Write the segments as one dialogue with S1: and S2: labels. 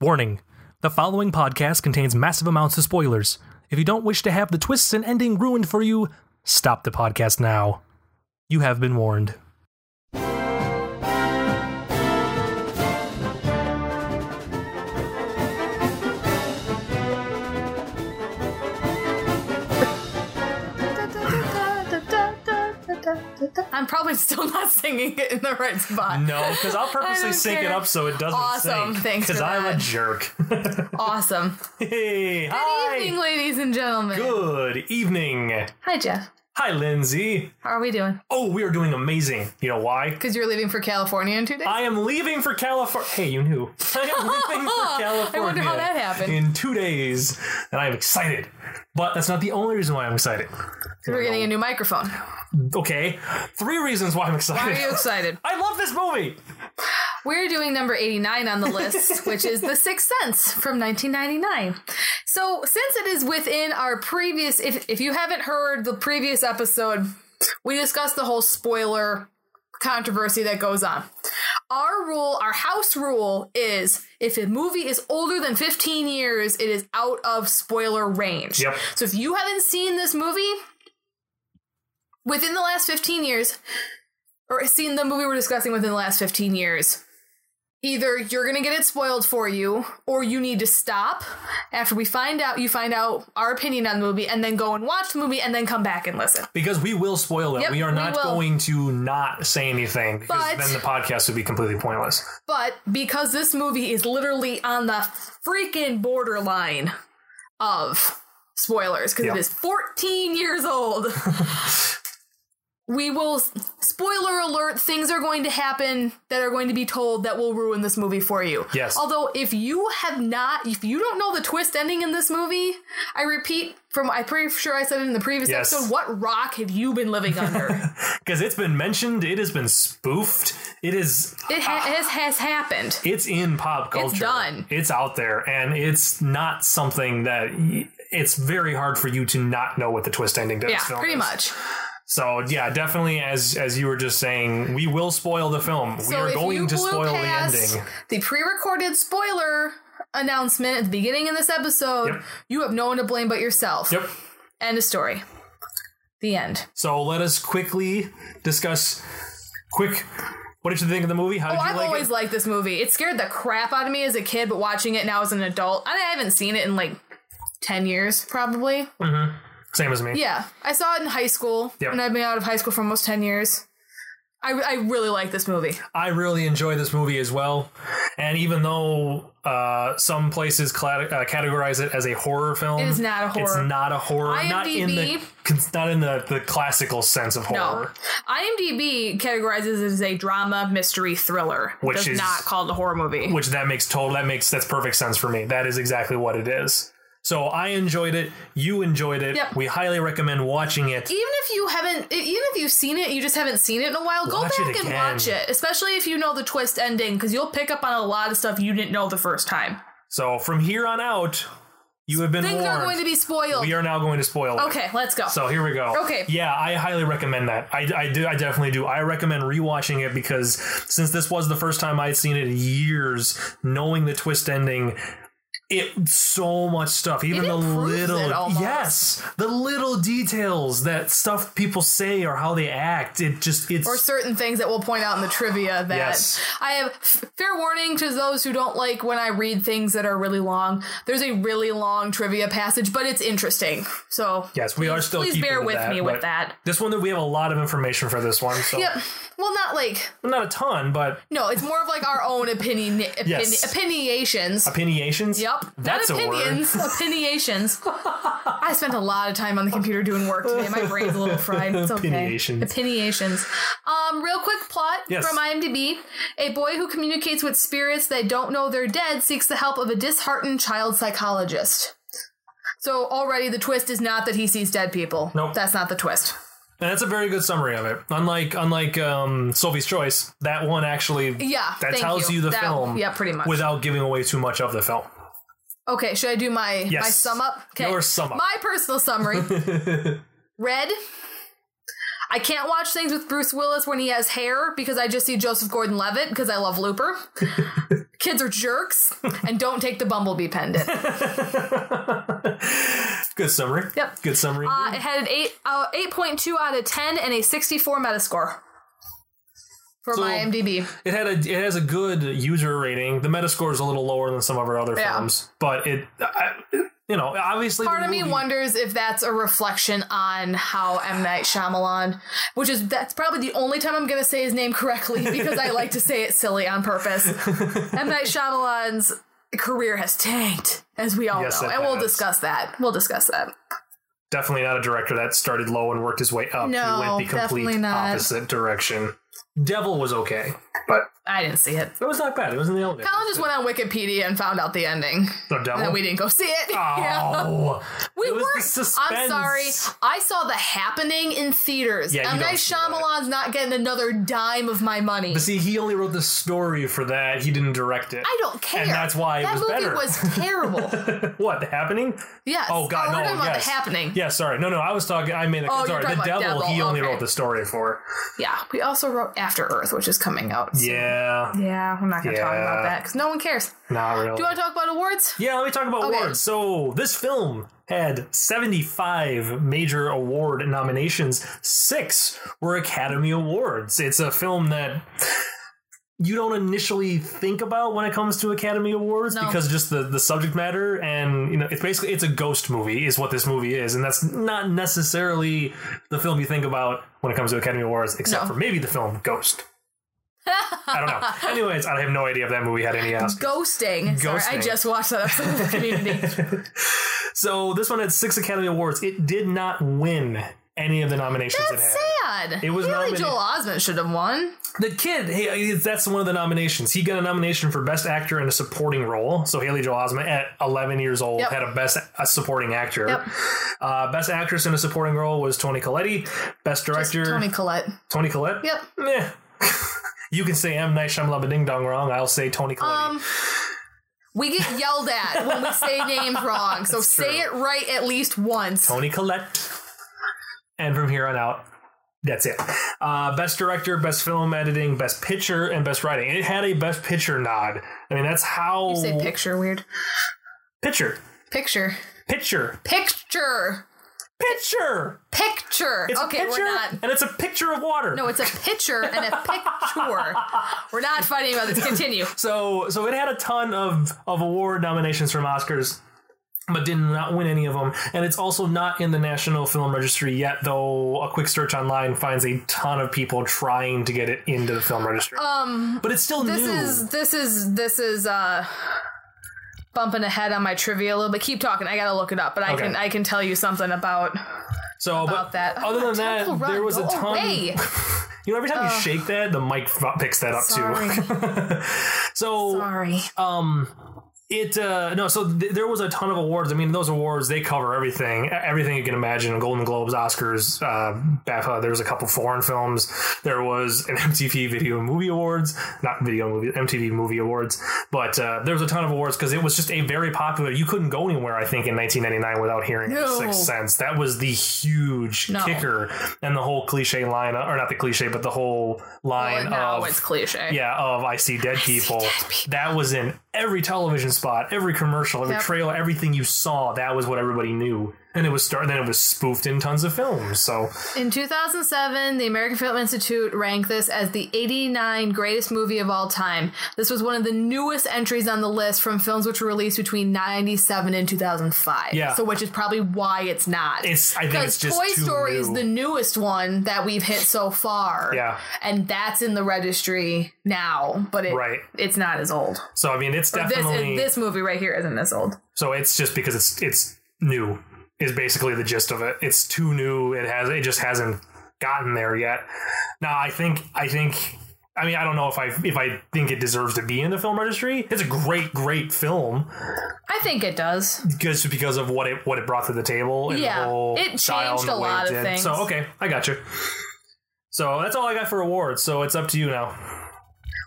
S1: Warning The following podcast contains massive amounts of spoilers. If you don't wish to have the twists and ending ruined for you, stop the podcast now. You have been warned.
S2: I'm probably still not singing it in the right spot.
S1: No, because I'll
S2: I
S1: purposely
S2: don't
S1: sync it
S2: care.
S1: up so it doesn't
S2: Awesome, thanks
S1: Because
S2: for
S1: I'm a
S2: that.
S1: jerk.
S2: Awesome.
S1: hey,
S2: Good
S1: hi.
S2: evening, ladies and gentlemen.
S1: Good evening.
S2: Hi, Jeff.
S1: Hi, Lindsay.
S2: How are we doing?
S1: Oh, we are doing amazing. You know why?
S2: Because you're leaving for California in two days.
S1: I am leaving for California. Hey, you knew. I am leaving for California.
S2: I wonder how that happened.
S1: In two days, and I am excited. But that's not the only reason why I'm excited.
S2: We're getting a new microphone.
S1: Okay, three reasons why I'm
S2: Why
S1: excited.
S2: are you excited?
S1: I love this movie.
S2: We're doing number 89 on the list, which is The Sixth Sense from 1999. So, since it is within our previous, if, if you haven't heard the previous episode, we discussed the whole spoiler controversy that goes on. Our rule, our house rule is if a movie is older than 15 years, it is out of spoiler range.
S1: Yep.
S2: So, if you haven't seen this movie within the last 15 years, or seen the movie we're discussing within the last 15 years, either you're gonna get it spoiled for you or you need to stop after we find out you find out our opinion on the movie and then go and watch the movie and then come back and listen
S1: Because we will spoil it.
S2: Yep,
S1: we are
S2: we
S1: not
S2: will.
S1: going to not say anything because
S2: But-
S1: then the podcast would be completely pointless.
S2: but because this movie is literally on the freaking borderline of spoilers because
S1: Yep.
S2: it is 14 years old we will spoiler alert things are going to happen that are going to be told that will ruin this movie for you
S1: Yes.
S2: although if you have not if you don't know the twist ending in this movie i repeat from i'm pretty sure i said it in the previous
S1: Yes.
S2: episode what rock have you been living under
S1: Because it's been mentioned, it has been spoofed, it is
S2: it ha- has, has happened
S1: it's in pop culture.
S2: done.
S1: It's out there, and it's not something that y- it's very hard for you to not know what the twist ending to
S2: yeah
S1: this film
S2: pretty
S1: is.
S2: much
S1: So yeah, definitely as as you were just saying, we will spoil the film. we
S2: So
S1: are
S2: if
S1: going
S2: you
S1: to
S2: blew
S1: spoil the
S2: past
S1: ending.
S2: The pre-recorded spoiler announcement at the beginning of this episode.
S1: Yep.
S2: You have no one to blame but yourself.
S1: Yep.
S2: End of story. The end.
S1: So let us quickly discuss quick what did you think of the movie? How did
S2: Oh,
S1: you
S2: I've
S1: like
S2: always
S1: it?
S2: liked this movie. It scared the crap out of me as a kid, but watching it now as an adult, I haven't seen it in like ten years, probably.
S1: Hmm. Same as me.
S2: Yeah, I saw it in high school,
S1: Yep.
S2: and I've been out of high school for almost ten years. I, I really like this movie.
S1: I really enjoy this movie as well. And even though uh, some places cla- uh, categorize it as a horror film,
S2: It is not a
S1: It's
S2: horror.
S1: not a horror. Not in the
S2: IMDb.
S1: con- not in the, the classical sense of
S2: No.
S1: horror.
S2: IMDb categorizes it as a drama, mystery, thriller.
S1: Which
S2: Does
S1: is-
S2: not called a horror movie.
S1: Which that makes total that makes that's perfect sense for me. That is exactly what it is. So I enjoyed it. You enjoyed it.
S2: Yep.
S1: We highly recommend watching it.
S2: even if you haven't e, even if you've seen it you just haven't seen it in a while go
S1: Watch it
S2: back and
S1: again.
S2: watch it especially if you know the twist ending because you'll pick up on a lot of stuff you didn't know the first time
S1: So from here on out, you have been
S2: things
S1: warned.
S2: are going to be spoiled
S1: we are now going to spoil. it.
S2: okay let's go
S1: So here we go.
S2: Okay.
S1: Yeah, I highly recommend that. I, I do. I definitely do. I recommend rewatching it because since this was the first time I'd seen it in years, knowing the twist ending, it so much stuff. Even
S2: It
S1: the
S2: improves it
S1: little
S2: almost.
S1: yes, the little details that stuff people say or how they act. It just it's
S2: or certain things that we'll point out in the trivia that
S1: Yes.
S2: I have f- fair warning to those who don't like when I read things that are really long. There's a really long trivia passage, but it's interesting. So
S1: yes. We are still
S2: please
S1: keeping
S2: bear
S1: to
S2: with
S1: that,
S2: me with
S1: but
S2: that.
S1: This one, we have a lot of information for this one. So
S2: Yep. Well, not like
S1: not a ton, but
S2: no. It's more of like our own opinion, opin-
S1: Yes.
S2: opiniations.
S1: opiniations.
S2: Yep.
S1: that's
S2: Not
S1: a word.
S2: opinions, opiniations. I spent a lot of time on the computer doing work today. My brain's a little fried. It's okay.
S1: Opiniations.
S2: Opiniations. Um, real quick plot
S1: Yes.
S2: from IMDb. A boy who communicates with spirits that don't know they're dead seeks the help of a disheartened child psychologist. So already the twist is not that he sees dead people.
S1: Nope.
S2: That's not the twist.
S1: And that's a very good summary of it. Unlike unlike um, Sophie's Choice, that one actually
S2: Yeah,
S1: that
S2: thank
S1: tells you,
S2: you.
S1: the
S2: That-
S1: film
S2: yeah, pretty much.
S1: without giving away too much of the film.
S2: Okay, should I do my
S1: Yes.
S2: my sum up? Okay.
S1: Your sum up.
S2: My personal summary. Red. I can't watch things with Bruce Willis when he has hair because I just see Joseph Gordon-Levitt because I love Looper. kids are jerks and don't take the bumblebee pendant. Uh,
S1: Good summary.
S2: Yep.
S1: Good summary.
S2: Uh, it had an eight uh, eight point two out of ten and a sixty four Metascore for
S1: So-
S2: my IMDb.
S1: it had a it has a good user rating. The Metascore is a little lower than some of our other
S2: Yeah.
S1: films, but it, I, you know, obviously.
S2: Part
S1: the
S2: of me
S1: movie-
S2: wonders if that's a reflection on how M Night Shyamalan, which is that's probably the only time I'm going to say his name correctly because I like to say it silly on purpose. M Night Shyamalan's career has tanked, as we all
S1: Yes,
S2: know,
S1: it
S2: and we'll
S1: has.
S2: discuss that. We'll discuss that.
S1: definitely not a director that started low and worked his way up.
S2: No,
S1: he went the
S2: definitely
S1: complete
S2: not.
S1: opposite direction. Devil was okay, but
S2: I didn't see it.
S1: it was not bad. It was in the elevator.
S2: Colin just went on Wikipedia and found out the ending.
S1: The devil.
S2: And we didn't go see it.
S1: Oh,
S2: We
S1: it was
S2: were.
S1: the suspense.
S2: I'm sorry. I saw the happening in theaters.
S1: Yeah, you
S2: M.
S1: don't
S2: Night
S1: see that.
S2: Shyamalan's not getting another dime of my money.
S1: But see, he only wrote the story for that. He didn't direct it.
S2: I don't care.
S1: And that's why it
S2: that
S1: was
S2: movie
S1: better.
S2: was terrible.
S1: What the happening?
S2: yes.
S1: Oh God,
S2: we're
S1: no.
S2: talking about
S1: yes.
S2: the happening.
S1: Yeah, sorry. No, no. I was talking. I mean, the,
S2: Oh, you're
S1: sorry.
S2: talking
S1: The
S2: about
S1: devil, He
S2: Devil,
S1: only
S2: okay.
S1: wrote the story for.
S2: Yeah. We also wrote After Earth, which is coming out. soon.
S1: Yeah,
S2: Yeah, I'm not gonna talk
S1: Yeah.
S2: about that because no one cares.
S1: not really.
S2: Do you want to talk about awards?
S1: Yeah, let me talk about
S2: Okay.
S1: awards. So this film had 75 major award nominations. Six were Academy Awards. It's a film that you don't initially think about when it comes to Academy Awards
S2: No.
S1: because just the, the subject matter and you know it's basically it's a ghost movie is what this movie is and that's not necessarily the film you think about when it comes to Academy Awards except
S2: No.
S1: for maybe the film Ghost. I don't know. Anyways, I have no idea if that movie had any uh, Oscars.
S2: Ghosting. Sorry, I
S1: Ghosting.
S2: just watched that episode of Community.
S1: So this one had six Academy Awards. It did not win any of the nominations it had.
S2: That's sad.
S1: It was
S2: really
S1: nominated-
S2: Joel Osment should have won.
S1: The kid, he, that's one of the nominations. He got a nomination for Best Actor in a Supporting Role. So Haley Joel Osment, at 11 years old,
S2: Yep.
S1: had a Best a Supporting Actor.
S2: Yep.
S1: Uh, best Actress in a Supporting Role was Toni Colletti. Best Director,
S2: Tony
S1: Tony.
S2: Collette.
S1: Collette.
S2: Yep.
S1: Meh. you can say M Night Shyamalan Ding Dong wrong. I'll say Tony Colletti.
S2: Um, we get yelled at when we say names wrong, so say it right at least once.
S1: Tony Collette. And from here on out, that's it. Uh, best director, best film editing, best picture, and best writing. It had a best picture nod. I mean, that's how
S2: You say picture weird.
S1: picture,
S2: Picture.
S1: picture,
S2: Picture.
S1: picture.
S2: Picture.
S1: It's
S2: okay,
S1: a picture,
S2: we're not.
S1: and it's a picture of water.
S2: No, it's a picture and a picture. we're not fighting about this. Continue.
S1: So, so it had a ton of of award nominations from Oscars. But did not win any of them, and it's also not in the National Film Registry yet. Though a quick search online finds a ton of people trying to get it into the film registry. Um, but it's still
S2: This
S1: new.
S2: is this is this is uh bumping ahead on my trivia a little bit. Keep talking. I gotta look it up, but I
S1: Okay.
S2: can I can tell you something about
S1: So, but
S2: about that.
S1: other than that,
S2: Temple Run, Oh,
S1: there was a
S2: go
S1: ton.
S2: away.
S1: You know, every time you shake that, the mic f- picks that up too.
S2: Sorry.
S1: So,
S2: Sorry.
S1: Um, it uh no so th- there was a ton of awards i mean those awards they cover everything e- everything you can imagine golden globes oscars uh bafa there was a couple foreign films there was an mtv video movie awards not video movie mtv movie awards but uh there was a ton of awards because it was just a very popular you couldn't go anywhere i think in 1999 without hearing
S2: No.
S1: sixth sense that was the huge
S2: No.
S1: kicker and the whole cliche line uh, or not the cliche but the whole line
S2: Well, Oh, now
S1: of
S2: it's cliche.
S1: yeah, of I see dead people.
S2: dead people.
S1: That was in every television spot, every commercial, every
S2: Yep.
S1: trailer, everything you saw. That was what everybody knew, and it was start. Then it was spoofed in tons of films. So
S2: In 2007, the American Film Institute ranked this as the 89 greatest movie of all time. This was one of the newest entries on the list from films which were released between 97 and 2005.
S1: Yeah.
S2: So, which is probably why it's not.
S1: it's. I think it's
S2: because
S1: just
S2: Toy
S1: too
S2: Story
S1: new.
S2: is the newest one that we've hit so far.
S1: Yeah.
S2: And that's in the registry now, but it,
S1: Right.
S2: it's not as old.
S1: so I mean, it's
S2: This,
S1: definitely
S2: this movie right here isn't this old.
S1: so. It's just because it's it's new is basically the gist of it. It's too new. It has. It just hasn't gotten there yet. Now I think. I think. I mean, I don't know if I if I think it deserves to be in the film registry. It's a great, great film.
S2: I think it does.
S1: just because of what it what it brought to the table and
S2: Yeah,
S1: the whole
S2: it
S1: style and
S2: changed
S1: the
S2: a
S1: way it
S2: lot of
S1: did.
S2: things.
S1: So okay, I got you. So that's all I got for awards. So it's up to you now.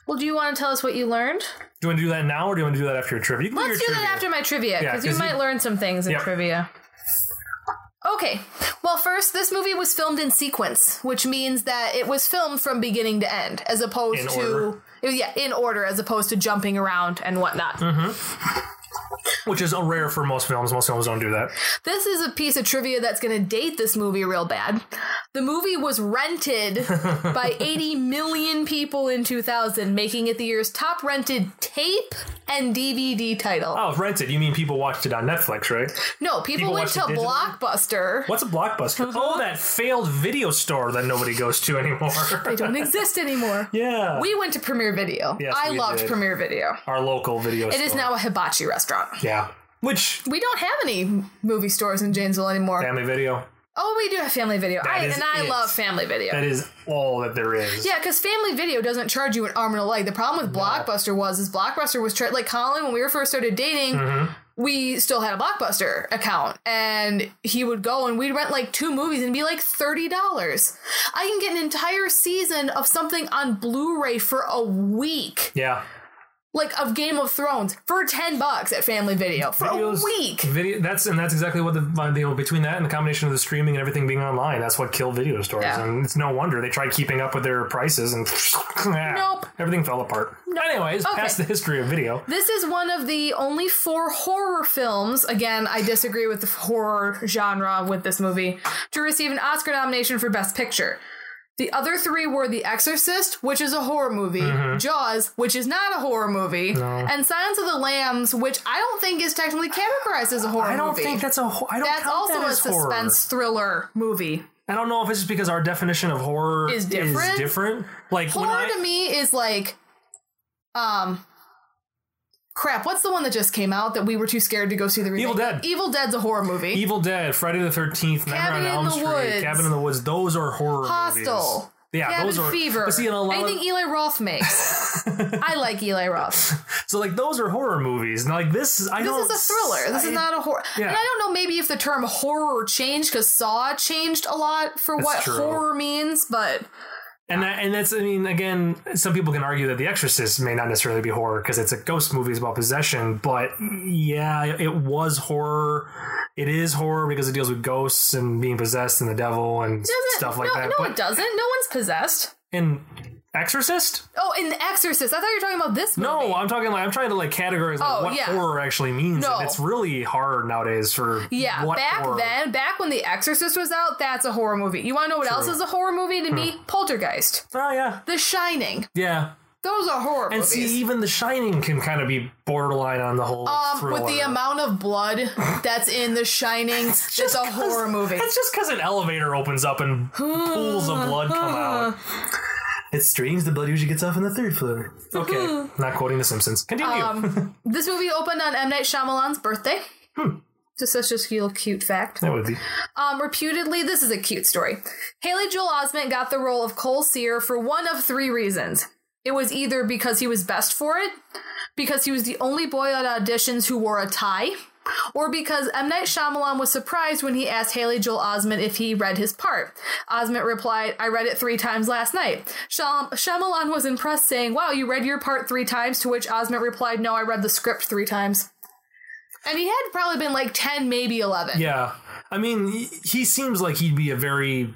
S2: Well, do you want to tell us what you learned?
S1: Do you want to do that now, or do you want to do that after your trivia? You can
S2: Let's do
S1: your
S2: that
S1: trivia.
S2: after my trivia
S1: Yeah,
S2: because
S1: 'cause
S2: you might
S1: you-
S2: learn some things in
S1: Yep.
S2: trivia. Okay. Well, first, this movie was filmed in sequence, which means that it was filmed from beginning to end, as opposed
S1: In
S2: to
S1: order.
S2: yeah, in order, as opposed to jumping around and whatnot.
S1: Mm-hmm. which is rare for most films. Most films don't do that.
S2: This is a piece of trivia that's going to date this movie real bad. The movie was rented by 80 million people in 2000, making it the year's top rented tape and DVD title.
S1: Oh, rented. You mean people watched it on Netflix, right?
S2: no, people,
S1: people
S2: went
S1: watch
S2: to
S1: it digitally?
S2: Blockbuster.
S1: What's a blockbuster?
S2: Uh-huh.
S1: Oh, that failed video store that nobody goes to anymore.
S2: They don't exist anymore.
S1: yeah,
S2: We went to Premiere Video.
S1: Yes,
S2: I
S1: we
S2: loved
S1: did.
S2: Premiere Video.
S1: our local video.
S2: It is now a hibachi restaurant.
S1: Yeah, which
S2: We don't have any movie stores in Janesville anymore.
S1: family video?
S2: Oh, we do have Family Video. I,
S1: is
S2: and I
S1: it.
S2: love Family Video.
S1: That is all that there is.
S2: Yeah, because Family Video doesn't charge you an arm and a leg. The problem with Blockbuster was is Blockbuster was tra- like Colin when we were first started dating.
S1: Mm-hmm.
S2: We still had a Blockbuster account, and he would go and we'd rent like two movies and it'd be like thirty dollars. I can get an entire season of something on Blu-ray for a week,
S1: yeah.
S2: like of Game of Thrones, for ten bucks at Family Video for
S1: Videos-
S2: a week.
S1: Video. That's and that's exactly what the you know, between that and the combination of the streaming and everything being online. That's what killed video stores,
S2: Yeah.
S1: and it's no wonder they tried keeping up with their prices and
S2: Nope.
S1: everything fell apart. Anyways,
S2: Okay.
S1: past the history of video.
S2: This is one of the only four horror films. Again, I disagree with the horror genre with this movie to receive an Oscar nomination for Best Picture. The other three were The Exorcist, which is a horror movie,
S1: Mm-hmm.
S2: Jaws, which is not a horror movie, and Silence of the Lambs, which I don't think is technically categorized as a horror
S1: I don't
S2: movie.
S1: think that's a. ho- I don't
S2: That's
S1: count
S2: also
S1: that
S2: a
S1: as horror.
S2: suspense thriller movie.
S1: I don't know if it's just because our definition of horror
S2: Is different?
S1: different. Like when
S2: Horror
S1: I,
S2: to me is like, um, crap. What's the one that just came out that we were too scared to go see the remake?
S1: Evil Dead.
S2: Evil Dead's a horror movie.
S1: Evil Dead, Friday the Thirteenth, Nightmare on
S2: Cabin in
S1: Elm
S2: the
S1: Street,
S2: Woods.
S1: Cabin in the Woods. Those are horror
S2: Hostel.
S1: movies. Yeah,
S2: Cabin
S1: those are.
S2: Fever.
S1: But see, and a lot of-
S2: Anything Eli Roth makes. I like Eli Roth.
S1: so like those are horror movies. And, like this, is- I
S2: This
S1: don't.
S2: is a thriller. This
S1: I-
S2: is not a horror.
S1: Yeah.
S2: And I don't know maybe if the term horror changed because Saw changed a lot for what
S1: true.
S2: horror means, but
S1: And that, and that's I mean again, some people can argue that The Exorcist may not necessarily be horror because it's a ghost movie it's about possession, but yeah, it was horror. It is horror because it deals with ghosts and being possessed and the devil and
S2: doesn't
S1: stuff like
S2: no,
S1: that.
S2: no
S1: but
S2: it doesn't. No one's possessed.
S1: in Exorcist,
S2: Oh, in The Exorcist. I thought you were talking about this movie.
S1: No, I'm talking like I'm trying to like categorize like,
S2: Oh,
S1: what
S2: yeah.
S1: horror actually means.
S2: No.
S1: and It's really hard nowadays for
S2: Yeah,
S1: what
S2: back
S1: horror.
S2: then, back when The Exorcist was out, that's a horror movie. You want to know what else is a horror movie to me? Poltergeist,
S1: Oh yeah,
S2: The Shining.
S1: yeah.
S2: Those are horror
S1: And
S2: movies.
S1: see, even The Shining can kind of be borderline on the whole
S2: Um,
S1: thriller.
S2: with the amount of blood that's in The Shining, it's a
S1: 'cause-
S2: horror movie.
S1: That's just because an elevator opens up and pools of blood come out. It's strange. The blood usually gets off on the third floor. Okay, not quoting The Simpsons. Continue.
S2: Um, This movie opened on M. Night Shyamalan's birthday.
S1: Hmm.
S2: Just such a little cute fact.
S1: that would be.
S2: Um, reputedly, this is a cute story. Haley Joel Osment got the role of Cole Sear for one of three reasons. It was either because he was best for it, because he was the only boy at auditions who wore a tie, or because M. Night Shyamalan was surprised when he asked Haley Joel Osment if he read his part. Osment replied, I read it three times last night. Shyam- Shyamalan was impressed, saying, Wow, you read your part three times, to which Osment replied, No, I read the script three times. And he had probably been like 10, maybe 11.
S1: Yeah, I mean, he- he seems like he'd be a very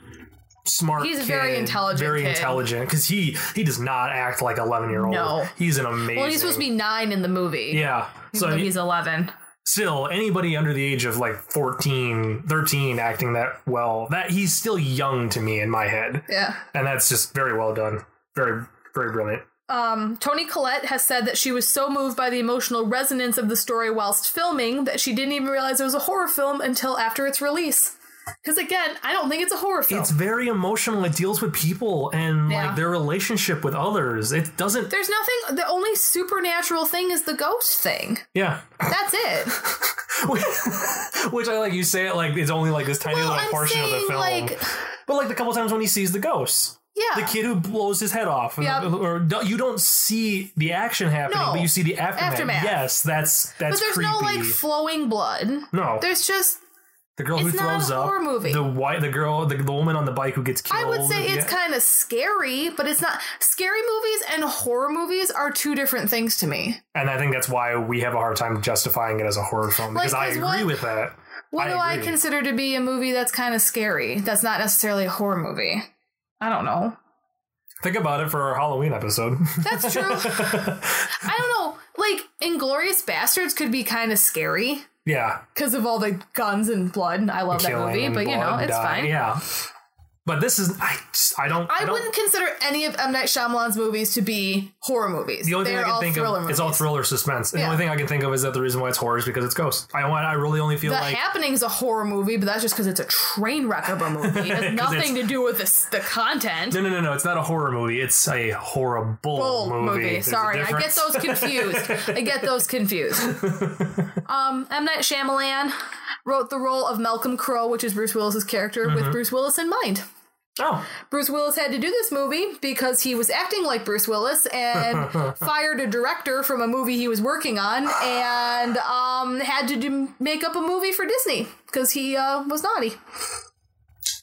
S1: smart.
S2: He's a
S1: kid,
S2: very intelligent
S1: Very
S2: kid.
S1: intelligent because he he does not act like eleven year old.
S2: No.
S1: he's an amazing.
S2: Well, he's supposed to be nine in the movie.
S1: Yeah. So I
S2: But
S1: mean,
S2: he's 11.
S1: still, anybody under the age of like 14, 13 acting that well, that he's still young to me in my head,
S2: Yeah.
S1: and that's just very well done. Very very brilliant.
S2: Um, Tony Collette has said that she was so moved by the emotional resonance of the story whilst filming that she didn't even realize it was a horror film until after its release. Because again, I don't think it's a horror film.
S1: It's very emotional. It deals with people and
S2: Yeah.
S1: like their relationship with others. It doesn't.
S2: There's nothing. The only supernatural thing is the ghost thing.
S1: Yeah.
S2: That's it.
S1: Which I like. You say it like it's only like this tiny
S2: well,
S1: little
S2: I'm
S1: portion of the
S2: saying
S1: film.
S2: like,
S1: But like the couple times when he sees the ghosts,
S2: yeah,
S1: the kid who blows his head off, and
S2: Yep.
S1: the- or don't- you don't see the action happening,
S2: No.
S1: but you see the aftermath.
S2: Aftermath.
S1: Yes, that's that's
S2: but there's
S1: creepy.
S2: no like flowing blood.
S1: no,
S2: There's just
S1: the girl who
S2: it's not a
S1: throws up,
S2: horror movie.
S1: the white, the girl, the, the woman on the bike who gets killed.
S2: I would say it's
S1: yeah.
S2: kind of scary, but it's not. Scary movies and horror movies are two different things to me.
S1: and I think that's why we have a hard time justifying it as a horror film because I
S2: 'cause
S1: agree
S2: what-
S1: with that.
S2: What
S1: I
S2: do I
S1: agree.
S2: consider to be a movie that's kind of scary? That's not necessarily a horror movie. I don't know.
S1: Think about it for our Halloween episode.
S2: That's true. I don't know. Like Inglorious Bastards could be kind of scary
S1: yeah,
S2: because of all the guns and blood. I love that
S1: killing
S2: movie,
S1: and
S2: but you know,
S1: blood,
S2: it's
S1: die.
S2: fine.
S1: Yeah, but this is I. just- I don't.
S2: I,
S1: don't-
S2: wouldn't consider any of M Night Shyamalan's movies to be horror movies.
S1: The only
S2: They're
S1: thing I can
S2: all
S1: think
S2: thriller
S1: of
S2: movies.
S1: is all thriller suspense. And
S2: Yeah.
S1: The only thing I can think of is that the reason why it's horror is because it's ghosts. I want. I really only feel
S2: the
S1: like
S2: Happening is a horror movie, but that's just because it's a train wreck of a movie. It has nothing to do with this, the content.
S1: no, no, no, no. It's not a horror movie. It's a horrible
S2: Old
S1: movie.
S2: movie.
S1: There's a
S2: Sorry, I get
S1: difference.
S2: those confused. I get those confused. Um, M Night Shyamalan wrote the role of Malcolm Crowe, which is Bruce Willis's character,
S1: Mm-hmm.
S2: with Bruce Willis in mind.
S1: Oh,
S2: Bruce Willis had to do this movie because he was acting like Bruce Willis and fired a director from a movie he was working on and um, had to do, make up a movie for Disney because he uh, was naughty.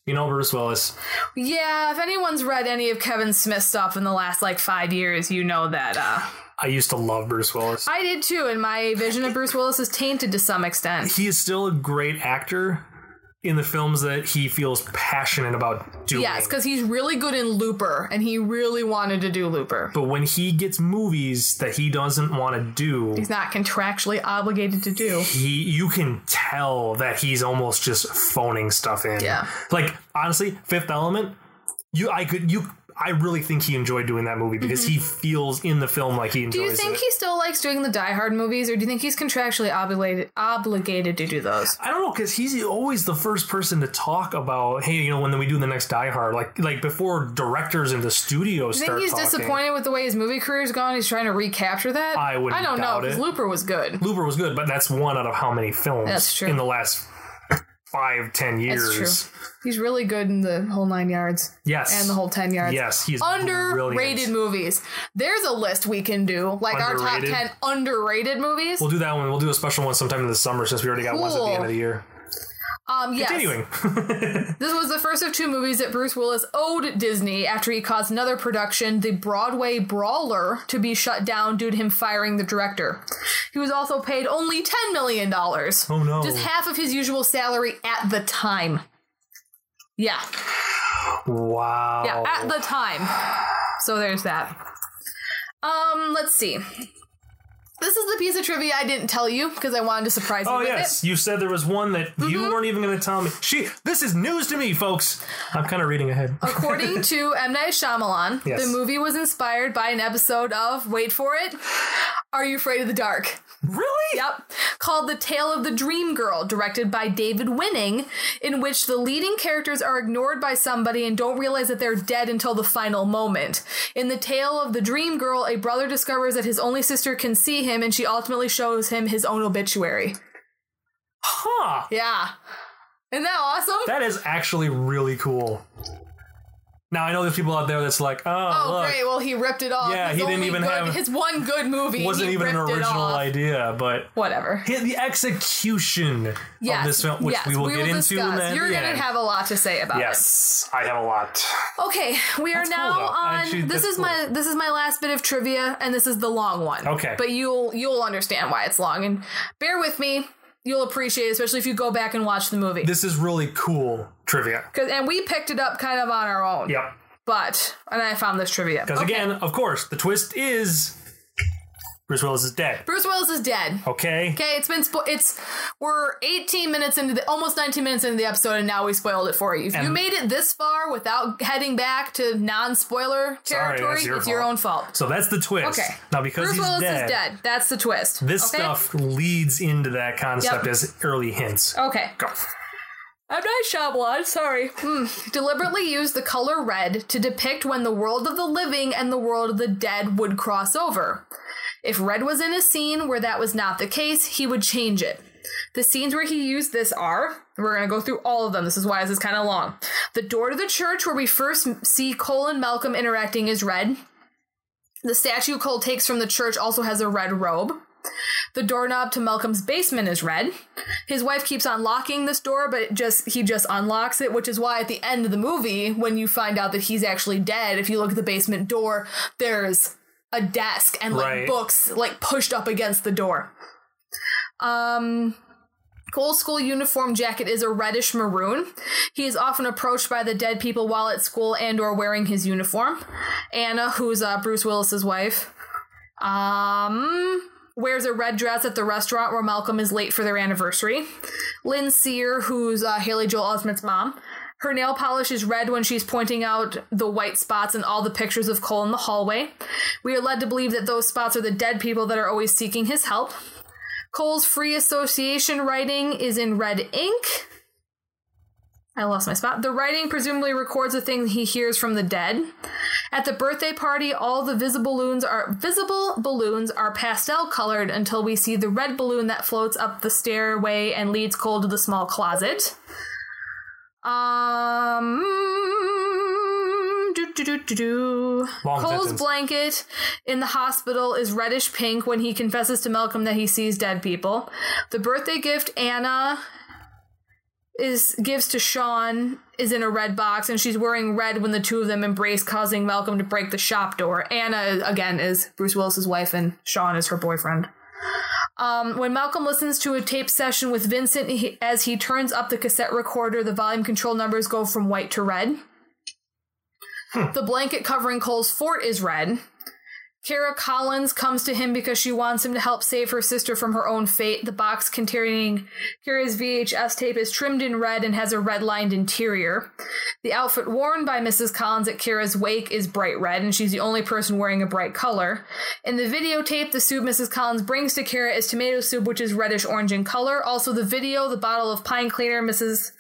S1: you know Bruce Willis.
S2: Yeah, if anyone's read any of Kevin Smith's stuff in the last like five years, you know that. Uh,
S1: I used to love Bruce Willis.
S2: I did too, and my vision of Bruce Willis is tainted to some extent.
S1: he is still a great actor in the films that he feels passionate about doing.
S2: Yes, because he's really good in Looper, and he really wanted to do Looper.
S1: but when he gets movies that he doesn't want to do,
S2: He's not contractually obligated to do.
S1: he you can tell that he's almost just phoning stuff in.
S2: Yeah.
S1: Like honestly, Fifth Element, you I could you I really think he enjoyed doing that movie because he feels in the film like he
S2: Mm-hmm. Do
S1: enjoys
S2: you think
S1: it.
S2: he still likes doing the Die Hard movies, or do you think he's contractually obligated obligated to do those?
S1: I don't know because he's always the first person to talk about, hey, you know, when we do the next Die Hard, like like before directors in the studio
S2: I think
S1: start
S2: he's
S1: talking.
S2: disappointed with the way his movie career's gone. He's trying to recapture that.
S1: I wouldn't
S2: I don't know
S1: doubt
S2: because
S1: it.
S2: Looper was good.
S1: Looper was good, but that's one out of how many films
S2: That's true.
S1: in the last five, ten years.
S2: That's true. He's really good in the whole nine yards
S1: Yes.
S2: and the whole ten yards.
S1: Yes, he's
S2: Underrated
S1: brilliant.
S2: movies. There's a list we can do, like our top
S1: Underrated?
S2: ten underrated movies.
S1: We'll do that one. We'll do a special one sometime in the summer since we already got ones at the
S2: Cool.
S1: end of the year.
S2: um, yes,
S1: Continuing.
S2: This was the first of two movies that Bruce Willis owed Disney after he caused another production, The Broadway Brawler, to be shut down due to him firing the director. He was also paid only $10 million.
S1: Oh no.
S2: Just half of his usual salary at the time. Yeah.
S1: wow.
S2: Yeah, at the time. So there's that. Um, let's see. This is the piece of trivia I didn't tell you because I wanted to surprise you
S1: Oh
S2: with
S1: yes,
S2: it. Mm-hmm.
S1: you said there was one that you weren't even going to tell me. She, this is news to me, folks. I'm kind of reading ahead.
S2: According to M. Night Shyamalan,
S1: Yes.
S2: the movie was inspired by an episode of, wait for it, Are You Afraid of the Dark?
S1: Really?
S2: Yep. Called The Tale of the Dream Girl, directed by David Winning, in which the leading characters are ignored by somebody and don't realize that they're dead until the final moment. In The Tale of the Dream Girl, a brother discovers that his only sister can see him and she ultimately shows him his own obituary.
S1: Huh.
S2: Yeah. Isn't that awesome?
S1: That is actually really cool. Now I know there's people out there that's like, oh,
S2: Oh
S1: look,
S2: great! Well, he ripped it off.
S1: Yeah,
S2: His
S1: he didn't
S2: only
S1: even
S2: good-
S1: have-
S2: his one good movie.
S1: wasn't
S2: he
S1: even an
S2: ripped it
S1: original
S2: off.
S1: idea, but
S2: Whatever.
S1: Yeah, the execution
S2: Yes,
S1: of this film, which
S2: yes,
S1: we will get into. in
S2: discuss.
S1: the-
S2: You're
S1: the
S2: gonna
S1: end.
S2: have a lot to say about it.
S1: Yes, I have a lot.
S2: Okay, we are
S1: That's cool,
S2: now
S1: though.
S2: on.
S1: Actually,
S2: this
S1: that's
S2: is my this is my last bit of trivia, and this is the long one.
S1: Okay.
S2: but you'll you'll understand why it's long, and bear with me. You'll appreciate, it, especially if you go back and watch the movie.
S1: This is really cool trivia.
S2: 'Cause- and we picked it up kind of on our own.
S1: Yep.
S2: But and I found this trivia
S1: Because
S2: Okay.
S1: again, of course, the twist is Bruce Willis is dead.
S2: Bruce Willis is dead.
S1: Okay.
S2: Okay, it's been spo- it's we're 18 minutes into the almost 19 minutes into the episode, and now we spoiled it for you. If you
S1: And-
S2: made it this far without heading back to non-spoiler
S1: Sorry, that's
S2: territory,
S1: your
S2: it's your
S1: fault.
S2: own fault.
S1: So that's the twist.
S2: Okay.
S1: Now because
S2: Bruce
S1: he's
S2: Willis
S1: dead,
S2: is dead. That's the twist.
S1: this
S2: okay?
S1: stuff leads into that concept
S2: Yep. Oh.
S1: as early hints.
S2: Okay.
S1: Go.
S2: I'm not Shyamalan, sorry. Hmm. Deliberately used the color red to depict when the world of the living and the world of the dead would cross over. If red was in a scene where that was not the case, he would change it. The scenes where he used this are, we're going to go through all of them. This is why this is kind of long. The door to the church where we first m- see Cole and Malcolm interacting is red. The statue Cole takes from the church also has a red robe. The doorknob to Malcolm's basement is red. His wife keeps on locking this door, but it just he just unlocks it, which is why at the end of the movie, when you find out that he's actually dead, if you look at the basement door, there's a desk and like
S1: Right.
S2: books like pushed up against the door. Um Old school uniform jacket is a reddish maroon. He is often approached by the dead people while at school and or wearing his uniform. Anna, who's uh, Bruce Willis's wife, um, wears a red dress at the restaurant where Malcolm is late for their anniversary. Lynn Sear, who's uh, Haley Joel Osment's mom, her nail polish is red when she's pointing out the white spots in all the pictures of Cole in the hallway. We are led to believe that those spots are the dead people that are always seeking his help. Cole's free association writing is in red ink. I lost my spot. The writing presumably records the thing he hears from the dead. At the birthday party, all the visible balloons are visible balloons are pastel colored until we see the red balloon that floats up the stairway and leads Cole to the small closet. Um, do, do, do, do, do.
S1: Long
S2: Cole's
S1: sentence.
S2: blanket in the hospital is reddish pink when he confesses to Malcolm that he sees dead people. The birthday gift Anna is gives to Sean is in a red box and she's wearing red when the two of them embrace, causing Malcolm to break the shop door. Anna again is Bruce Willis's wife and Sean is her boyfriend. Um, when Malcolm listens to a tape session with Vincent he, as he turns up the cassette recorder, the volume control numbers go from white to red. The blanket covering Cole's fort is red. Kara Collins comes to him because she wants him to help save her sister from her own fate. The box containing Kara's VHS tape is trimmed in red and has a red lined interior. The outfit worn by Mrs. Collins at Kara's wake is bright red, and she's the only person wearing a bright color. In the videotape, the soup Mrs. Collins brings to Kara is tomato soup, which is reddish orange in color. Also, the video, the bottle of pine cleaner Mrs.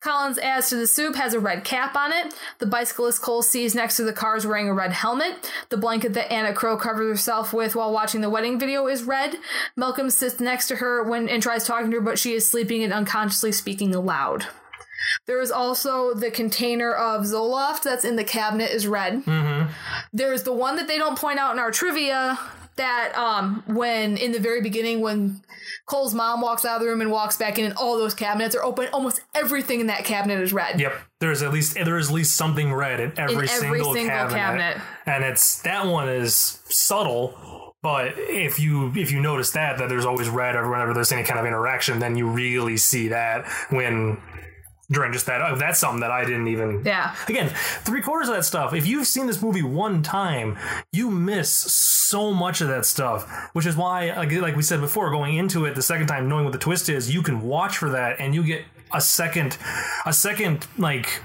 S2: Collins adds to the soup has a red cap on it. The bicyclist Cole sees next to the car is wearing a red helmet. The blanket that Anna Crow covers herself with while watching the wedding video is red. Malcolm sits next to her when and tries talking to her, but she is sleeping and unconsciously speaking aloud. There is also the container of Zoloft that's in the cabinet is red.
S1: Mm-hmm.
S2: There's the one that they don't point out in our trivia that um when in the very beginning when Cole's mom walks out of the room and walks back in and all those cabinets are open, almost everything in that cabinet is red.
S1: Yep. There's at least there is at least something red in every,
S2: every
S1: single,
S2: single
S1: cabinet.
S2: cabinet.
S1: And it's that one is subtle, but if you if you notice that that there's always red or whenever there's any kind of interaction, then you really see that when during just that oh that's something that I didn't even
S2: Yeah.
S1: Again, three quarters of that stuff, if you've seen this movie one time, you miss so much of that stuff, which is why, like- like we said before, going into it the second time, knowing what the twist is, you can watch for that and you get a second, a second, like,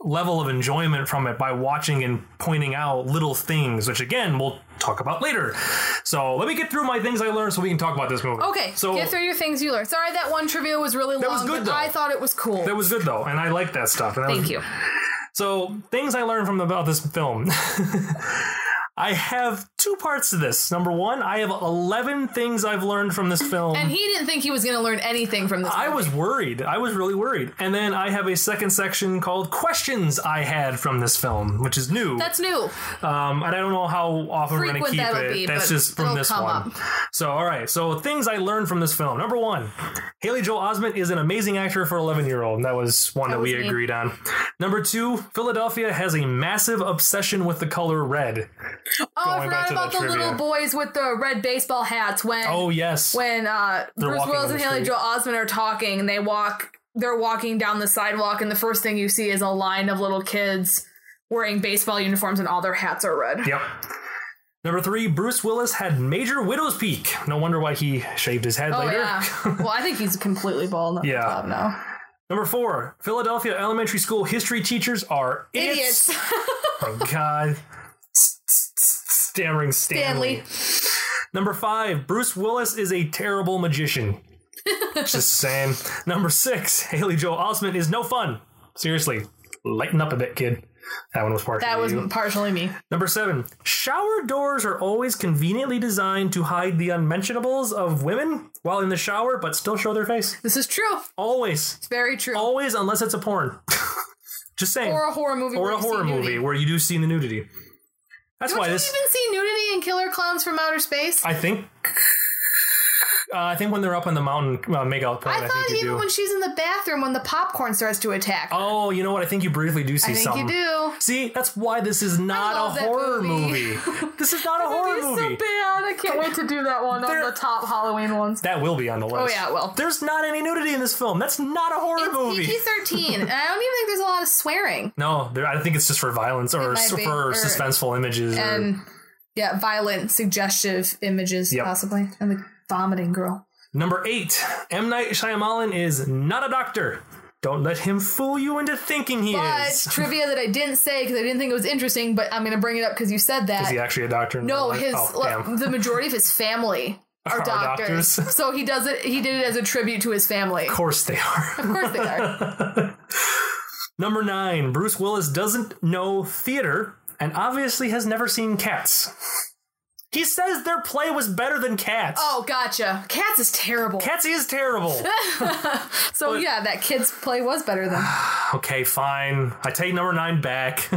S1: level of enjoyment from it by watching and pointing out little things, which again, we'll talk about later. So let me get through my things I learned so we can talk about this movie.
S2: Okay.
S1: So
S2: get through your things you learned. Sorry that one trivia was really
S1: That
S2: long.
S1: was good,
S2: but
S1: though.
S2: I thought it was cool.
S1: that was good though, and I like that stuff. And that
S2: Thank
S1: was,
S2: you.
S1: So, things I learned from about this film. I have two parts to this. Number one, I have 11 things I've learned from this film.
S2: And he didn't think he was going to learn anything from this.
S1: I
S2: movie.
S1: was worried. I was really worried. And then I have a second section called Questions I Had from this film, which is new.
S2: That's new. Oh,
S1: Um, and I don't know how often we're going to
S2: Frequent
S1: keep
S2: that'll
S1: it.
S2: be,
S1: That's
S2: but
S1: just from
S2: it'll
S1: this
S2: come
S1: one.
S2: up.
S1: So, all right. So, things I learned from this film. Number one, Haley Joel Osment is an amazing actor for an 11 year old. That was one that,
S2: That was
S1: we
S2: me.
S1: agreed on. Number two, Philadelphia has a massive obsession with the color red.
S2: Oh, I
S1: Going back
S2: forgot
S1: to
S2: about
S1: the
S2: the
S1: trivia.
S2: little boys with the red baseball hats when
S1: Oh, yes.
S2: when uh, Bruce
S1: walking on
S2: Willis
S1: the
S2: and Haley
S1: street.
S2: Joel Osment are talking and they walk they're walking down the sidewalk and the first thing you see is a line of little kids wearing baseball uniforms and all their hats are red.
S1: Yep. Number three, Bruce Willis had major widow's peak. No wonder why he shaved his head
S2: Oh
S1: later.
S2: yeah. well, I think he's completely bald on
S1: Yeah.
S2: the top now.
S1: Number four, Philadelphia elementary school history teachers are idiots.
S2: Idiots.
S1: Oh, God. S- s- s- Stammering Stanley.
S2: Stanley.
S1: Number five, Bruce Willis is a terrible magician. Just saying. Number six, Haley Joel Osment is no fun. Seriously, lighten up a bit, kid. That one was partially
S2: That was
S1: you.
S2: partially me.
S1: Number seven, shower doors are always conveniently designed to hide the unmentionables of women while in the shower, but still show their face.
S2: This is true.
S1: Always,
S2: It's very true.
S1: always, unless it's a porn. Just saying,
S2: or a horror movie.
S1: Or
S2: where
S1: a
S2: you see
S1: horror
S2: nudity.
S1: movie where you do see the nudity. That's
S2: Don't
S1: why
S2: you
S1: this.
S2: even see nudity in Killer Clowns from Outer Space?
S1: I think Uh, I think when they're up on the mountain, uh, make out point.
S2: I
S1: I,
S2: thought
S1: think you
S2: even
S1: do.
S2: when she's in the bathroom when the popcorn starts to attack. her.
S1: oh, you know what? I think you briefly do see
S2: I think
S1: something.
S2: you do.
S1: See, that's why this is
S2: love
S1: not a
S2: that
S1: horror
S2: movie.
S1: movie. this is not a horror
S2: It's
S1: movie.
S2: so bad. I can't wait to do that one
S1: There-
S2: on the top Halloween ones.
S1: that will be on the list.
S2: Oh, yeah, it will.
S1: There's not any nudity in this film. That's not a horror movie.
S2: PG thirteen, and I don't even think there's a lot of swearing
S1: No, there, I think it's just for violence or
S2: might
S1: s-
S2: be,
S1: for
S2: or-
S1: suspenseful images. or,
S2: and yeah, violent, suggestive images
S1: Yep.
S2: possibly, and the vomiting girl.
S1: number eight, M Night Shyamalan is not a doctor. Don't let him fool you into thinking he
S2: But
S1: is.
S2: trivia that I didn't say because I didn't think it was interesting, but I'm gonna bring it up because you said that.
S1: Is he actually a doctor? in
S2: No,
S1: real life?
S2: his
S1: Oh,
S2: look,
S1: damn.
S2: the majority of his family are,
S1: Are
S2: doctors.
S1: doctors.
S2: so he does it. He did it as a tribute to his family.
S1: Of course they are.
S2: Of course they are.
S1: Number nine, Bruce Willis doesn't know theater and obviously has never seen Cats. He says their play was better than Cats.
S2: Oh, gotcha. Cats is terrible.
S1: Cats is terrible.
S2: so yeah, that kid's play was better than.
S1: okay, fine. I take number nine back.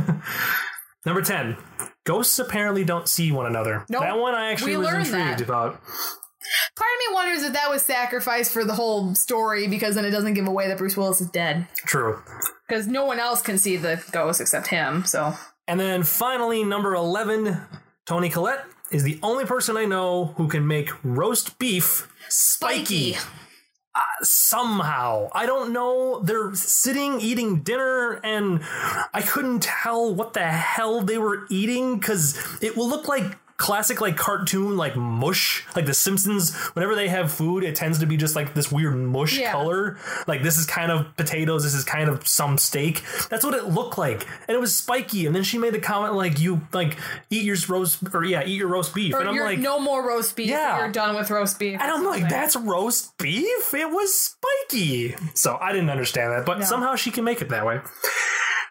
S1: number ten. Ghosts apparently don't see one another.
S2: Nope.
S1: That one I
S2: We
S1: actually was
S2: learned
S1: intrigued
S2: that.
S1: about.
S2: Part of me wonders if that was sacrificed for the whole story because then it doesn't give away that Bruce Willis is dead
S1: True.
S2: because no one else can see the ghost except him. So
S1: And then finally, number 11, Tony Collette is the only person I know who can make roast beef spiky.
S2: Spiky.
S1: Uh, somehow. I don't know. They're sitting eating dinner, and I couldn't tell what the hell they were eating because it will look like classic like cartoon like mush like the simpsons whenever they have food it tends to be just like this weird mush
S2: Yeah.
S1: color like this is kind of potatoes this is kind of some steak that's what it looked like and it was spiky and then she made the comment like you like eat your roast or yeah eat your roast beef
S2: or
S1: and i'm
S2: you're
S1: like
S2: no more roast beef.
S1: Yeah.
S2: You're done with roast beef.
S1: and I'm like, that's roast beef? It was spiky. So I didn't understand that, but
S2: No.
S1: somehow she can make it that way.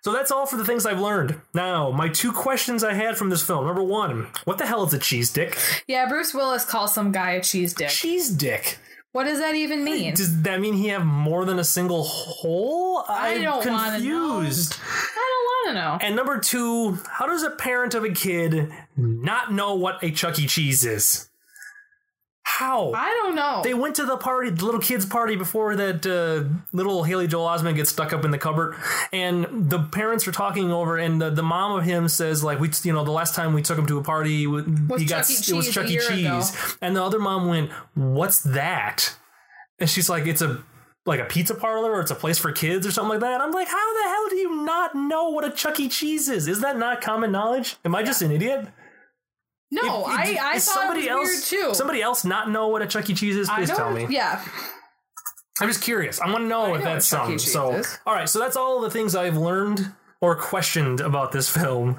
S1: So that's all for the things I've learned. Now, my two questions I had from this film. Number one, what the hell is a cheese dick?
S2: yeah, Bruce Willis calls some guy a cheese dick.
S1: Cheese dick.
S2: What does that even mean?
S1: Does that mean he have more than a single hole? I'm
S2: don't wanna know.
S1: confused.
S2: I don't want to know.
S1: And number two, how does a parent of a kid not know what a Chuck E. Cheese is? How?
S2: I don't know.
S1: They went to the party, the little kids' party, before that uh, little Haley Joel Osment gets stuck up in the cupboard, and the parents are talking over, and the, the mom of him says, like, we, you know, the last time we took him to a party, we- he got
S2: Chuck E.
S1: s- it was
S2: Cheese
S1: Chuck
S2: a
S1: E.
S2: year ago.
S1: Cheese, and the other mom went, "What's that?" And she's like, "It's a." Like a pizza parlor, or it's a place for kids, or something like that. I'm like, how the hell do you not know what a Chuck E. Cheese is? Is that not common knowledge? Am I just an idiot?
S2: no,
S1: It-
S2: I,
S1: it-
S2: I
S1: is
S2: thought it was
S1: else,
S2: weird too.
S1: Somebody else not know what a Chuck E. Cheese is?
S2: I
S1: Please
S2: know
S1: tell me.
S2: it- Yeah,
S1: I'm just curious. I want to know if
S2: know
S1: that's
S2: what Chuck
S1: some.
S2: E. Cheese
S1: So,
S2: is.
S1: all right. So that's all the things I've learned or questioned about this film.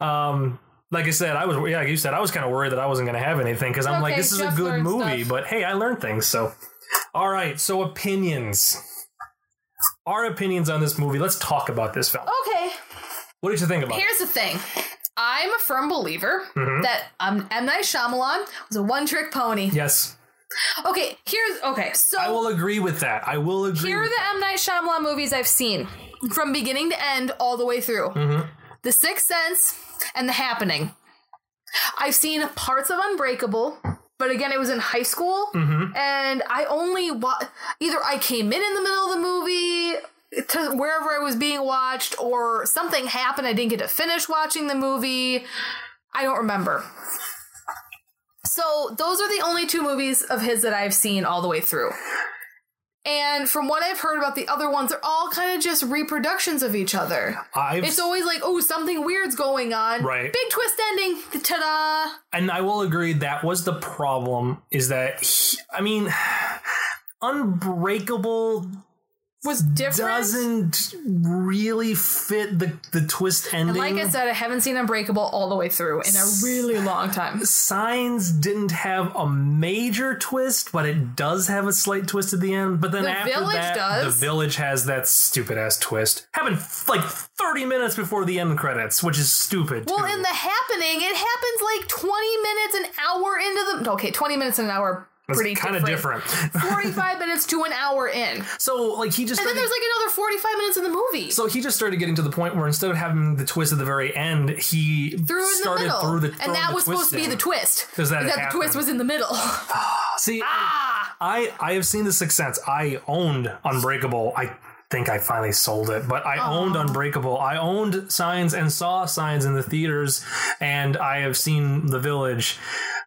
S1: Um, like I said, I was yeah, like you said I was kind of worried that I wasn't going to have anything because I'm like,
S2: okay,
S1: this is
S2: Jeff
S1: a good
S2: learned
S1: movie,
S2: stuff.
S1: but hey, I learned things. So, all right. So opinions. Our opinions on this movie. Let's talk about this film.
S2: okay.
S1: What did you think about? it?
S2: Here's the thing. I'm a firm believer
S1: Mm-hmm.
S2: that um, M. Night Shyamalan was a one trick pony.
S1: Yes,
S2: Okay, here's. Okay, so
S1: I will agree with that. I will agree.
S2: here are
S1: with
S2: the M. Night Shyamalan movies I've seen from beginning to end, all the way through The Sixth Sense and The Happening. I've seen parts of Unbreakable. But again, it was in high school, and I only wa- either I came in in the middle of the movie to wherever I was being watched, or something happened. I didn't get to finish watching the movie. I don't remember. So those are the only two movies of his that I've seen all the way through. And from what I've heard about the other ones, they're all kind of just reproductions of each other.
S1: I've
S2: It's always like, oh, something weird's going on.
S1: Right.
S2: Big twist ending. Ta
S1: and I will agree that was the problem is that he- I mean Unbreakable
S2: da! Was different.
S1: doesn't really fit the the twist ending.
S2: Like I said, I haven't seen Unbreakable all the way through in a really long time.
S1: Signs didn't have a major twist, but it does have a slight twist at the end. But then
S2: The
S1: after
S2: Village
S1: that,
S2: does.
S1: the village has that stupid ass twist. Happened f- like thirty minutes before the end credits, which is stupid.
S2: Well,
S1: too.
S2: in the happening, it happens like 20 minutes, an hour into the. Okay, 20 minutes and an hour.
S1: It's
S2: Pretty
S1: kinda different.
S2: 45 minutes to an hour in.
S1: so like he just
S2: And then
S1: started-
S2: there's like another 45 minutes in the movie.
S1: So he just started getting to the point where instead of having the twist at the very end, he
S2: through in the
S1: started
S2: middle.
S1: through the
S2: and that was supposed to be the
S1: twist.
S2: twist.
S1: Does that
S2: Is the
S1: happen?
S2: twist was in the middle.
S1: See, I I have seen The Sixth Sense. I owned Unbreakable. I think I finally sold it, but I owned Unbreakable. I owned Signs and saw Signs in the theaters, and I have seen The Village.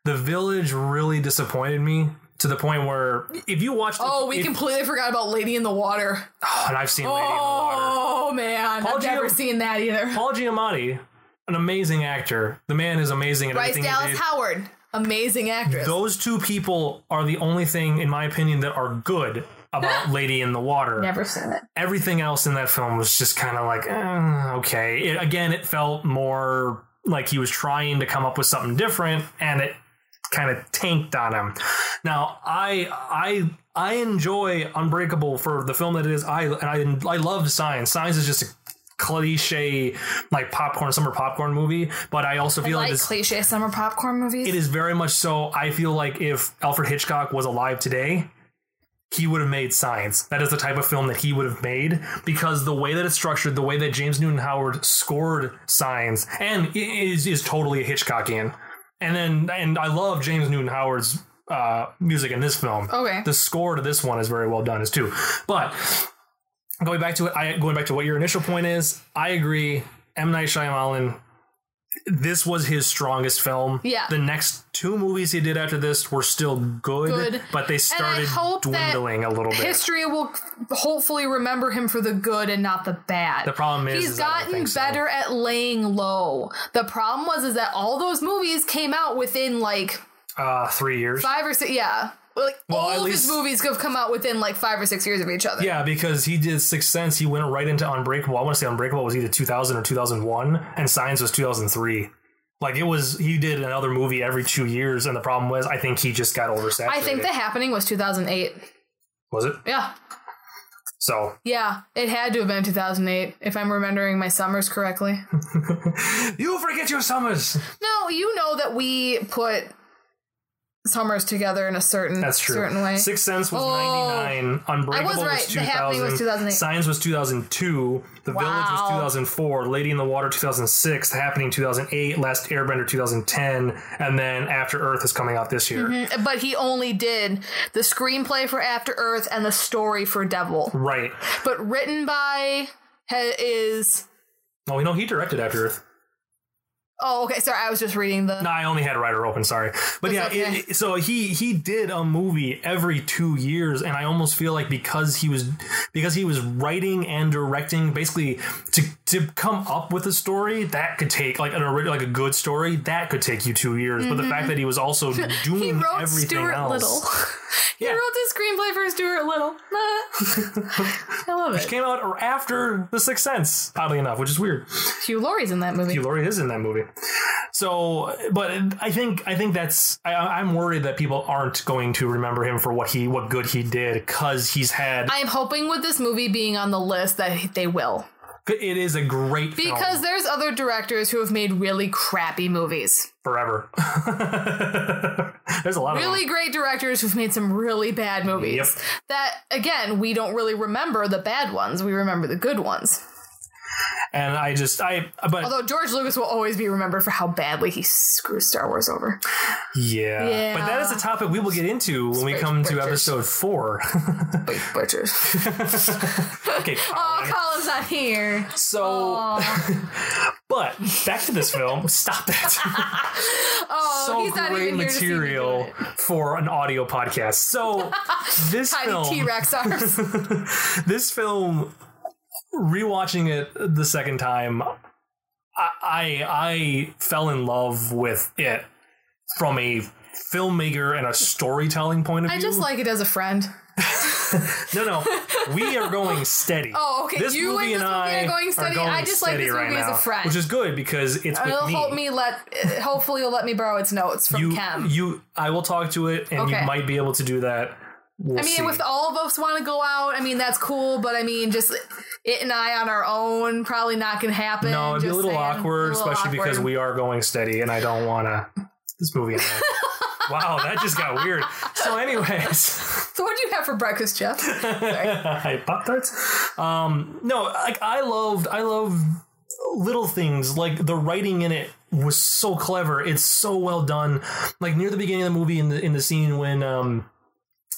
S1: The Village really disappointed me to the point where if you watch, the,
S2: Oh, we
S1: if-
S2: completely forgot about Lady in the Water.
S1: oh, and I've seen Lady in the Water.
S2: Oh man,
S1: Paul
S2: I've never
S1: Giam-
S2: seen that either.
S1: Paul Giamatti, an amazing actor. The man is amazing at
S2: Bryce
S1: everything he
S2: Dallas
S1: did.
S2: Howard, amazing actress.
S1: Those two people are the only thing, in my opinion, that are good about Lady in the Water.
S2: never seen it.
S1: Everything else in that film was just kind of like, eh, okay. It, again, it felt more like he was trying to come up with something different, and it kind of tanked on him. Now, I, I. I enjoy Unbreakable for the film that it is. I and I, I love Signs. Signs is just a cliche like popcorn summer popcorn movie, but I also feel
S2: Like
S1: it's
S2: cliche summer popcorn movies.
S1: it is very much so. I feel like if Alfred Hitchcock was alive today, he would have made Signs. That is the type of film that he would have made because the way that it's structured, the way that James Newton Howard scored Signs, and i- is is totally a Hitchcockian. And then, and I love James Newton Howard's uh, music in this film.
S2: Okay.
S1: the score to this one is very well done, as too. But going back to it, I going back to what your initial point is. I agree. M Night Shyamalan. This was his strongest film.
S2: Yeah.
S1: The next two movies he did after this were still good,
S2: Good.
S1: but they started
S2: hope that
S1: dwindling a little bit.
S2: History will hopefully remember him for the good and not the bad.
S1: The problem is-
S2: he's
S1: is I don't
S2: gotten
S1: think so.
S2: better at laying low. The problem was is that all those movies came out within like
S1: uh, three years.
S2: five or six. Yeah, like
S1: Well,
S2: all
S1: at
S2: of his
S1: least-
S2: movies have come out within like five or six years of each other.
S1: Yeah, because he did Sixth Sense. He went right into Unbreakable. I want to say Unbreakable was either 2000 or 2001, and Signs was 2003. Like it was, he did another movie every two years, and the problem was, I think he just got oversaturated.
S2: I think The Happening was 2008.
S1: was it.
S2: Yeah,
S1: So
S2: yeah, it had to have been 2008 if I'm remembering my summers correctly.
S1: you forget your summers.
S2: No, you know that we put summers together in a certain
S1: That's true.
S2: certain way.
S1: Sixth Sense was
S2: Oh.
S1: 99. Unbreakable
S2: I was right. The
S1: 2000.
S2: Happening was 2008.
S1: Signs was 2002. The Village was
S2: Wow.
S1: 2004. Lady in the Water 2006. The Happening 2008. Last Airbender 2010. And then After Earth is coming out this year.
S2: but he only did the screenplay for After Earth and the story for Devil.
S1: Right.
S2: But written by ha- is
S1: Oh, you know, he directed After Earth.
S2: oh okay sorry I was just reading the
S1: No, I only had Rider open. Sorry, but
S2: It's
S1: yeah.
S2: okay.
S1: It, it- so he he did a movie every two years, and I almost feel like because he was because he was writing and directing, basically to to come up with a story that could take like an ori- like a good story that could take you two years. But the fact that he was also doing
S2: Mm-hmm. he wrote
S1: everything
S2: Stuart
S1: else,
S2: Little. he
S1: Yeah.
S2: wrote the screenplay for Stuart Little. I love it.
S1: came out or after The Sixth Sense, oddly enough, which is weird.
S2: Hugh Laurie's in that movie.
S1: Hugh Laurie is in that movie. So, but I think I think that's I, I'm worried that people aren't going to remember him for what he what good he did because he's had
S2: I'm hoping with this movie being on the list that they will.
S1: it is a great film
S2: Because there's other directors who have made really crappy movies.
S1: forever. There's a lot of
S2: Really great directors who've made some really bad movies.
S1: Uh-huh. Yep.
S2: That, again, we don't really remember the bad ones. We remember the good ones.
S1: them, and I just I but
S2: Although George Lucas will always be remembered for how badly he screws Star Wars over.
S1: yeah.
S2: Yeah.
S1: But that is a topic we will get into when we
S2: Spray
S1: come to
S2: pictures.
S1: episode four.
S2: Wait, butchers.
S1: okay,
S2: oh, Colin's not here.
S1: so but back to this film. Stop that.
S2: Oh,
S1: so
S2: he's not
S1: great
S2: even
S1: material
S2: here to see me do it.
S1: for an audio podcast. So this
S2: Tiny T
S1: film,
S2: Rex arms.
S1: this film, rewatching it the second time, I I, I fell in love with it from a filmmaker and a storytelling point of
S2: I
S1: view.
S2: just like it as a friend.
S1: no, no, we are going steady.
S2: Oh, okay.
S1: This
S2: You
S1: movie
S2: and this
S1: and
S2: movie
S1: I
S2: are going steady. I just like
S1: steady
S2: this
S1: right
S2: movie as a
S1: now,
S2: friend.
S1: which is good because it's with
S2: It'll
S1: me.
S2: help me let. uh, Hopefully, you'll let me borrow its notes from
S1: you,
S2: Cam.
S1: you, I will talk to it, and
S2: Okay.
S1: you might be able to do that. We'll
S2: I mean,
S1: see.
S2: if all of us want to go out, I mean that's cool. But I mean, just it and I on our own probably not gonna happen.
S1: No, it'd be a
S2: just
S1: little
S2: saying.
S1: awkward,
S2: A little
S1: especially because
S2: awkward.
S1: we are going steady, and I don't want to. This movie. and I- wow, that just got weird. So, anyways,
S2: So what do you have for breakfast, Jeff?
S1: I pop tarts. Um, no, like I loved, I love little things like the writing in it was so clever. It's so well done. Like near the beginning of the movie, in the in the scene when um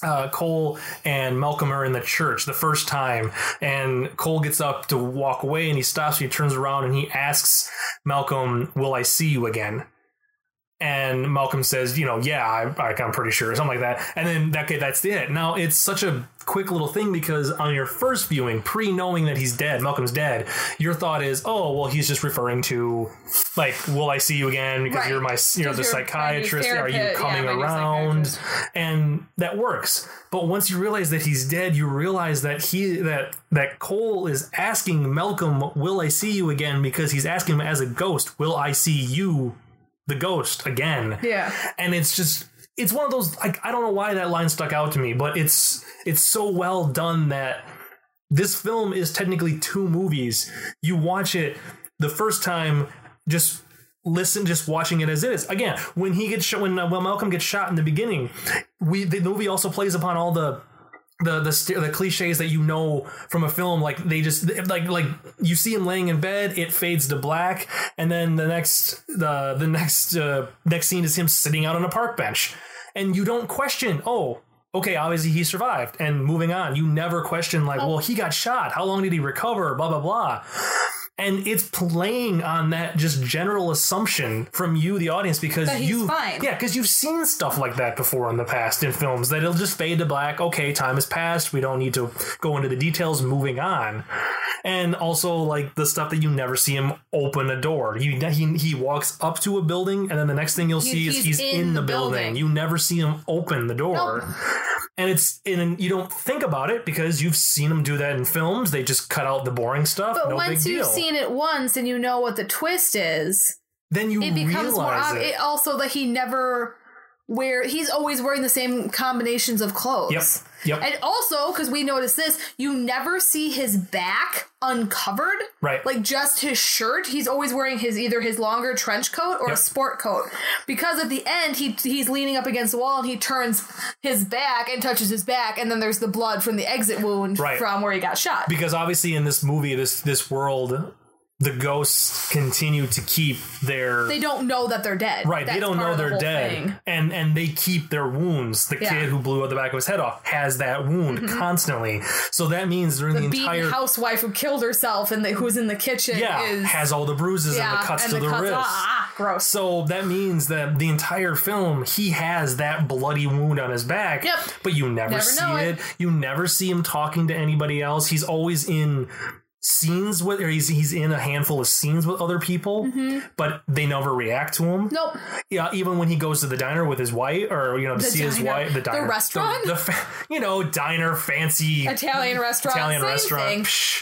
S1: uh, Cole and Malcolm are in the church the first time, and Cole gets up to walk away, and he stops. He turns around and he asks Malcolm, "Will I see you again?" And Malcolm says, "You know, yeah, I, I, I'm pretty sure, or something like that." And then that okay, that's it. Now it's such a quick little thing because on your first viewing, pre knowing that he's dead, Malcolm's dead, your thought is, oh, well, he's just referring to, like, will I see you again? Because
S2: Right.
S1: you're my, you know, the
S2: Because you're my new
S1: psychiatrist. Are you
S2: therapist. Yeah,
S1: coming
S2: my new
S1: around?
S2: psychiatrist.
S1: And that works. But once you realize that he's dead, you realize that he that that Cole is asking Malcolm, "Will I see you again?" Because he's asking him as a ghost, "Will I see you, the ghost, again?"
S2: Yeah.
S1: and it's just it's one of those like I don't know why that line stuck out to me, but it's it's so well done that this film is technically two movies. You watch it the first time, just listen, just watching it as it is. Again, when he gets shot, when uh, when Malcolm gets shot in the beginning, we the movie also plays upon all the the the st- the cliches that you know from a film like they just like like you see him laying in bed it fades to black and then the next the the next uh, next scene is him sitting out on a park bench and you don't question oh okay obviously he survived and moving on you never question like well he got shot how long did he recover blah blah blah and it's playing on that just general assumption from you the audience because
S2: That he's
S1: you
S2: fine.
S1: yeah because you've seen stuff like that before in the past in films that it'll just fade to black. Okay, time has passed. We don't need to go into the details. Moving on, and also like the stuff that you never see him open a door. He he, he walks up to a building, and then the next thing you'll see is he's in, the building.
S2: building.
S1: You never see him open the door, and it's and you don't think about it because you've seen him do that in films. They just cut out the boring stuff.
S2: But
S1: no
S2: once
S1: big
S2: you've
S1: deal.
S2: seen it once and you know what the twist is,
S1: then you
S2: it becomes
S1: realize
S2: more
S1: it.
S2: obvious. It also that he never wear he's always wearing the same combinations of clothes.
S1: Yep. Yep.
S2: And also, because we noticed this, you never see his back uncovered.
S1: Right.
S2: Like just his shirt. He's always wearing his either his longer trench coat or
S1: Yep.
S2: a sport coat. Because at the end, he he's leaning up against the wall and he turns his back and touches his back, and then there's the blood from the exit wound
S1: Right.
S2: from where he got shot.
S1: because obviously in this movie this this world the ghosts continue to keep their
S2: they don't know that they're dead.
S1: right they
S2: That's
S1: don't
S2: part
S1: know
S2: of the
S1: they're
S2: whole
S1: dead
S2: thing.
S1: and and they keep their wounds the
S2: Yeah. Mm-hmm.
S1: kid who blew out the back of his head off has that wound constantly so that means during the,
S2: The beaten
S1: entire
S2: housewife who killed herself and the, who's in the kitchen
S1: yeah
S2: is
S1: has all the bruises and the cuts to the, wrist
S2: Ah, ah, gross.
S1: so that means that the entire film he has that bloody wound on his back
S2: Yep.
S1: but you never,
S2: Never
S1: see
S2: know
S1: it.
S2: it.
S1: you never see him talking to anybody else he's always in scenes with or he's, he's in a handful of scenes with other people but they never react to him
S2: Mm-hmm. Nope.
S1: yeah even when he goes to the diner with his wife or you know to
S2: The
S1: see his
S2: diner.
S1: wife the
S2: The
S1: diner
S2: restaurant?
S1: the, fa- you know diner fancy
S2: Italian restaurant.
S1: Italian
S2: same
S1: restaurant.
S2: thing.
S1: Psh.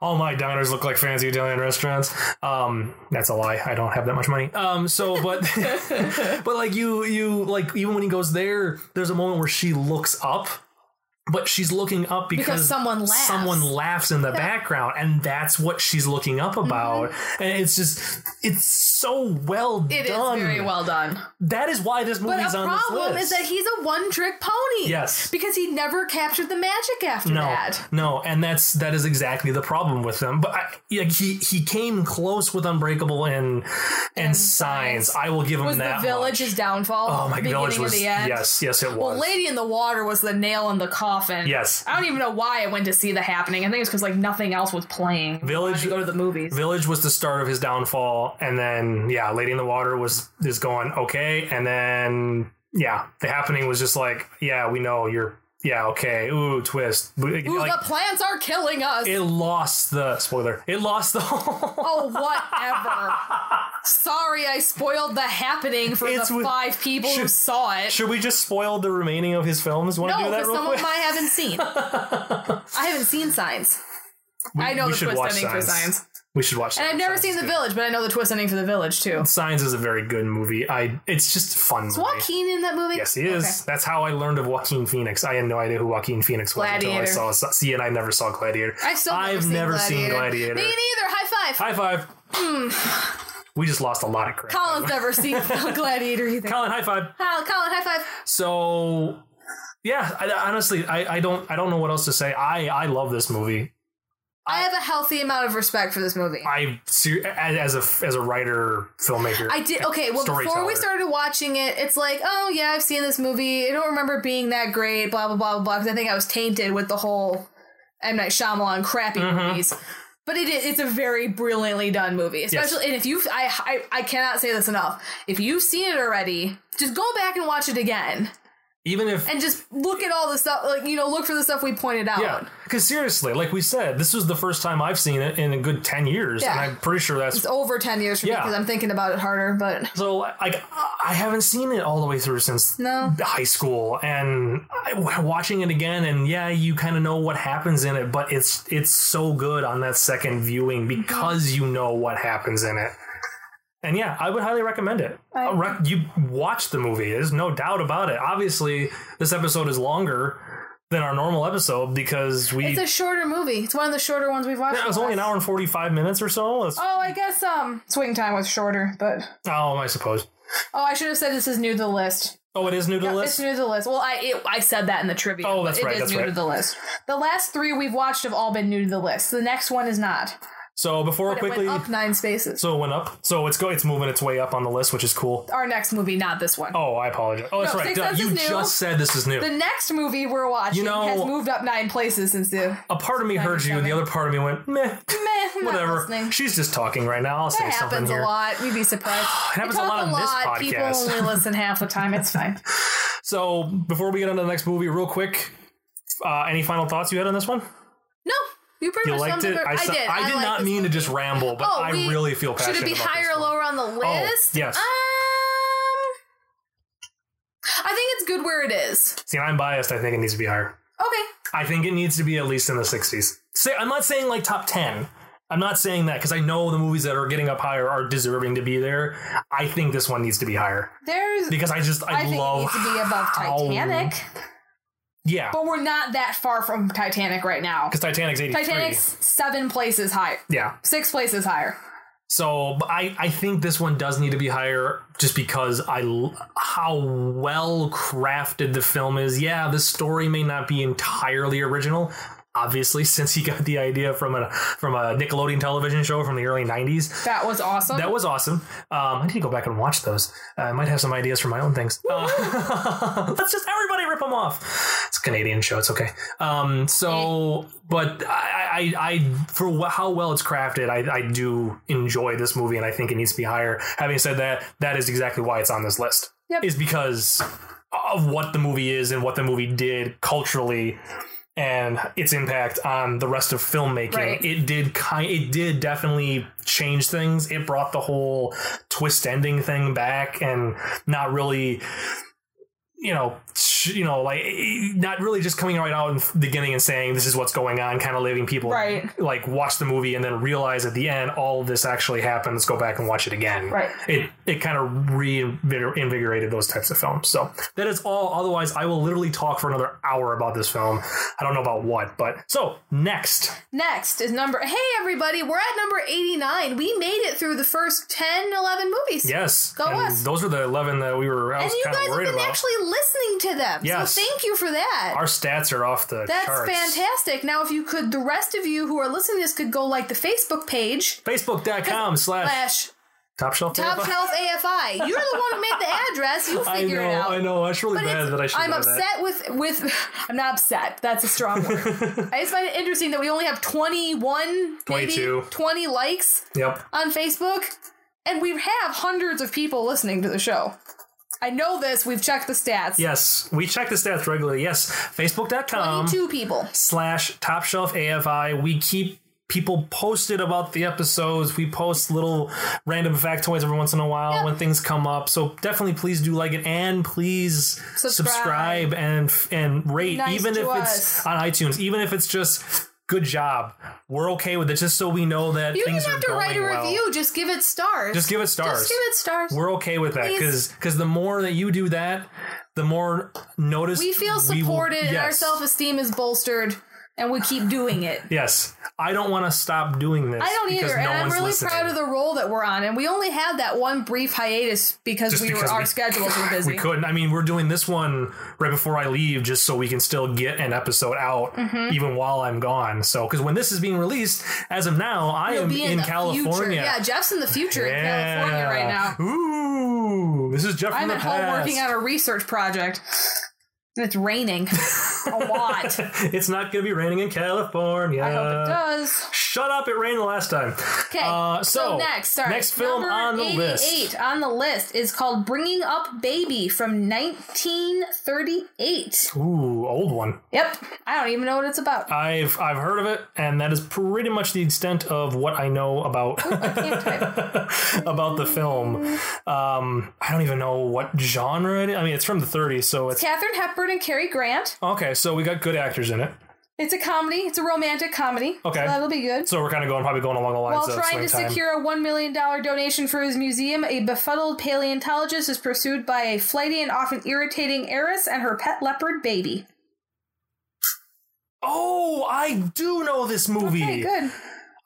S1: All my diners look like fancy Italian restaurants. Um, that's a lie. I don't have that much money. Um, so, but, but like you, you like even when he goes there, there's a moment where she looks up, but she's looking up because,
S2: someone laughs.
S1: Someone laughs in the background, and that's what she's looking
S2: Mm-hmm.
S1: up about. And it's just, it's so well
S2: It is
S1: done.
S2: very well done.
S1: That is why this
S2: But
S1: movie's
S2: a
S1: on this
S2: problem
S1: list.
S2: is that he's a one trick pony.
S1: Yes.
S2: Because he never captured the magic after
S1: No,
S2: that.
S1: no, and that's that is exactly the problem with them. But I, yeah, he he came close with Unbreakable and and, Signs. I will give him
S2: Was the
S1: that.
S2: village
S1: much.
S2: his downfall?
S1: Oh my
S2: beginning
S1: village
S2: and
S1: was
S2: the end?
S1: yes, yes, it was.
S2: Well, Lady in the Water was the nail in the coffin.
S1: Yes.
S2: I don't even know why I went to see the happening. I think it's because like nothing else was playing.
S1: Village-
S2: I wanted to go to the movies.
S1: Village was the start of his downfall, and then yeah, Lady in the Water was is going okay, and then yeah, the happening was just like yeah, we know you're yeah okay, ooh twist.
S2: Ooh,
S1: Like,
S2: the plants are killing us.
S1: it lost the spoiler. It lost the whole.
S2: oh, whatever. Sorry, I spoiled the happening for
S1: It's
S2: the
S1: with-
S2: five people who
S1: Should-
S2: saw it.
S1: Should we just spoil the remaining of his films? Want to
S2: No,
S1: do that
S2: because
S1: real
S2: some
S1: quick?
S2: of mine I haven't seen. I haven't seen Signs. I know
S1: we
S2: the
S1: should
S2: twist
S1: watch
S2: ending for
S1: Signs.
S2: Signs.
S1: We should watch.
S2: And I've never seen The
S1: villain.
S2: Village, but I know the twist ending for The Village too.
S1: Signs is a very good movie. I it's just a fun.
S2: Is
S1: movie.
S2: Joaquin in that movie?
S1: Yes, he is.
S2: Okay.
S1: That's how I learned of Joaquin Phoenix. I had no idea who Joaquin Phoenix was
S2: Gladiator.
S1: until I saw. See, and I never saw Gladiator.
S2: I've still never
S1: I've
S2: seen
S1: never
S2: Gladiator.
S1: seen Gladiator.
S2: Me neither. High five.
S1: High five.
S2: Hmm.
S1: we just lost a lot of crap.
S2: Colin's never seen Gladiator either.
S1: Colin, high five.
S2: Colin, Colin, high five.
S1: So, yeah, I, honestly, I, I don't, I don't know what else to say. I, I love this movie.
S2: I have a healthy amount of respect for this movie.
S1: I ser- as a as a writer filmmaker.
S2: I did okay. Well, before we
S1: storyteller.
S2: started watching it, it's like, oh yeah, I've seen this movie. I don't remember it being that great. Blah blah blah blah blah. Because I think I was tainted with the whole M Night Shyamalan crappy
S1: Mm-hmm.
S2: movies. But it is, it's a very brilliantly done movie, especially. And if you, I, I I cannot say this enough. If you've seen it already, just go back and watch it again,
S1: even if
S2: and just look at all the stuff. Like you know, look for the stuff we pointed out.
S1: Yeah, because seriously, like we said, this was the first time I've seen it in a good ten years, and
S2: Yeah.
S1: I'm pretty sure that's
S2: It's over ten years from
S1: Yeah.
S2: because I'm thinking about it harder. But
S1: so. Like, I haven't seen it all the way through since
S2: No.
S1: high school, and I, watching it again, and yeah, you kind of know what happens in it, but it's it's so good on that second viewing
S2: Mm-hmm.
S1: because you know what happens in it. And yeah, I would highly recommend it.
S2: I-
S1: Uh, rec- you watch the movie. There's no doubt about it. Obviously, this episode is longer than our normal episode because we
S2: it's a shorter movie. It's one of the shorter ones we've watched.
S1: Yeah, it was
S2: in the
S1: only an
S2: last-
S1: hour and 45 minutes or so. It's-
S2: Oh, I guess um, Swing Time was shorter, but
S1: Oh, I suppose.
S2: oh, I should have said this is new to the list.
S1: Oh, it is new to the
S2: It's
S1: list?
S2: new to the list. Well, I it, I said that in the trivia.
S1: Oh, that's
S2: but
S1: right,
S2: It is
S1: that's
S2: new
S1: right.
S2: to the list. The last three we've watched have all been new to the list. The next one is not.
S1: So before
S2: But
S1: quickly.
S2: it went up nine spaces.
S1: so it went up. So it's go. It's moving its way up on the list, which is cool.
S2: Our next movie, not this one.
S1: Oh, I apologize. Oh, that's
S2: No,
S1: right.
S2: Sixth
S1: Duh,
S2: Sense
S1: you
S2: is new.
S1: just said this is new.
S2: The next movie we're
S1: You
S2: watching
S1: know-
S2: has moved up nine places since the
S1: a part of me heard you, and the other part of me went meh.
S2: meh. I'm not
S1: Whatever.
S2: listening.
S1: She's just talking right now. I'll say
S2: That
S1: something
S2: happens
S1: here.
S2: a lot. We'd be surprised.
S1: It happens
S2: we
S1: a
S2: talk
S1: lot on this
S2: People
S1: podcast.
S2: only listen half the time. It's fine.
S1: So before we get on to the next movie, real quick, uh, any final thoughts you had on this one?
S2: No, you pretty
S1: You
S2: much
S1: liked
S2: summed
S1: it.
S2: up- I,
S1: su-
S2: did.
S1: I did
S2: like
S1: not
S2: this
S1: mean to
S2: movie. Oh,
S1: just ramble, but I
S2: we-
S1: really feel passionate.
S2: Should it be
S1: about
S2: higher
S1: this
S2: or
S1: one. Oh,
S2: lower on the list?
S1: yes.
S2: Um, I think it's good where it is.
S1: See, and I'm biased. I think it needs to be higher.
S2: Okay.
S1: I think it needs to be at least in the 60s. Say, I'm not saying like top 10. I'm not saying that because I know the movies that are getting up higher are deserving to be there. I think this one needs to be higher
S2: There's.
S1: because I just I,
S2: I think
S1: love
S2: it needs to be above
S1: how-
S2: Titanic,
S1: Yeah,
S2: but we're not that far from Titanic right now.
S1: because Titanic's 83.
S2: Titanic's seven places higher,
S1: yeah.
S2: six places higher.
S1: So but I I think this one does need to be higher just because I l- how well crafted the film is. Yeah, the story may not be entirely original. Obviously, since he got the idea from a from a Nickelodeon television show from the early '90s,
S2: That was awesome.
S1: That was awesome. Um, I need to go back and watch those. Uh, I might have some ideas for my own things. Uh, let's just everybody rip them off. It's a Canadian show. It's okay. Um, so, but I, I, I for wh- how well it's crafted, I, I do enjoy this movie, and I think it needs to be higher. Having said that, that is exactly why it's on this list.
S2: Yep.
S1: Is because of what the movie is and what the movie did culturally and its impact on the rest of filmmaking.
S2: Right.
S1: It did kind it did definitely change things. It brought the whole twist ending thing back and not really you know, sh- you know, like not really just coming right out in the beginning and saying this is what's going on, kind of leaving people
S2: Right.
S1: like watch the movie and then realize at the end all of this actually happened. Let's go back and watch it again.
S2: Right.
S1: It it kind of reinvigorated those types of films. So that is all. Otherwise, I will literally talk for another hour about this film. I don't know about what, but so next,
S2: Next is number. Hey, everybody, we're at number 89. We made it through the first 10, 11 movies.
S1: yes,
S2: Go
S1: and
S2: us.
S1: Those are the eleven that we were. I
S2: And
S1: was
S2: you
S1: kind
S2: guys
S1: of
S2: have
S1: worried
S2: been
S1: about.
S2: actually listening to them.
S1: Yes.
S2: So thank you for that.
S1: Our stats are off the
S2: That's
S1: charts.
S2: fantastic. Now, if you could, the rest of you who are listening to this could go like the Facebook page
S1: Facebook.com slash
S2: slash
S1: top shelf.
S2: Top Shelf AFI. You're the one who made the address. You
S1: I
S2: figure
S1: know,
S2: it out.
S1: I know. That's really
S2: But
S1: bad
S2: it's-
S1: that I should
S2: I'm
S1: know
S2: upset
S1: that.
S2: with with I'm not upset. That's a strong word. I just find it interesting that we only have 21,
S1: 22.
S2: maybe 20 likes
S1: Yep.
S2: on Facebook, and we have hundreds of people listening to the show. I know this. We've checked the stats.
S1: Yes, we check the stats regularly. Yes, Facebook.com.
S2: 22 people.
S1: slash top shelf AFI. We keep people posted about the episodes. We post little random factoids every once in a while when things come up. So definitely please do like it and please subscribe,
S2: Subscribe.
S1: and and rate
S2: nice
S1: even
S2: to
S1: if
S2: us.
S1: it's on iTunes, even if it's just good job. We're okay with it just so we know that
S2: You
S1: things
S2: didn't have
S1: are
S2: to
S1: going
S2: write a
S1: well.
S2: review. Just give it stars.
S1: Just give it stars.
S2: Just give it stars.
S1: We're okay with that
S2: Please.
S1: because the more that you do that, the more notice
S2: we feel
S1: will-
S2: supported and our
S1: yes.
S2: self esteem is bolstered and we keep doing it.
S1: Yes, I don't want to stop doing this.
S2: I don't
S1: because
S2: either,
S1: no
S2: and I'm
S1: one's
S2: really
S1: listening.
S2: proud of the role that we're on. And we only had that one brief hiatus because
S1: Just
S2: we
S1: because
S2: were our
S1: we-
S2: schedules were busy.
S1: We couldn't. I mean, we're doing this one right before I leave, just so we can still get an episode out,
S2: Mm-hmm.
S1: even while I'm gone. So, because when this is being released, as of now, I
S2: We'll
S1: am
S2: be
S1: in,
S2: the Future.
S1: California.
S2: Yeah, Jeff's in the future in California right now.
S1: Yeah. Ooh, this is Jeff. from
S2: I'm
S1: the
S2: at home
S1: past.
S2: working on a research project. And it's raining a lot.
S1: It's not going to be raining in California.
S2: I hope it does.
S1: Shut up! It rained the last time.
S2: Okay.
S1: Uh,
S2: so,
S1: so,
S2: next, sorry.
S1: next film
S2: Number
S1: on the
S2: 88
S1: list.
S2: on the list is called Bringing Up Baby from 1938.
S1: Ooh, old one.
S2: Yep. I don't even know what it's about.
S1: I've I've heard of it, and that is pretty much the extent of what I know about
S2: I can't type.
S1: about the film. Um, I don't even know what genre it is. I mean, it's from the 30s, so it's
S2: Katherine Hepburn and Cary Grant.
S1: okay. So we got good actors in it.
S2: It's a comedy. It's a romantic comedy.
S1: Okay.
S2: So that'll be good.
S1: So we're kind of going probably going along the lines
S2: While
S1: of
S2: trying to
S1: Swing Time.
S2: secure a $1 million donation for his museum, a befuddled paleontologist is pursued by a flighty and often irritating heiress and her pet leopard baby.
S1: oh, I do know this movie.
S2: Okay, good.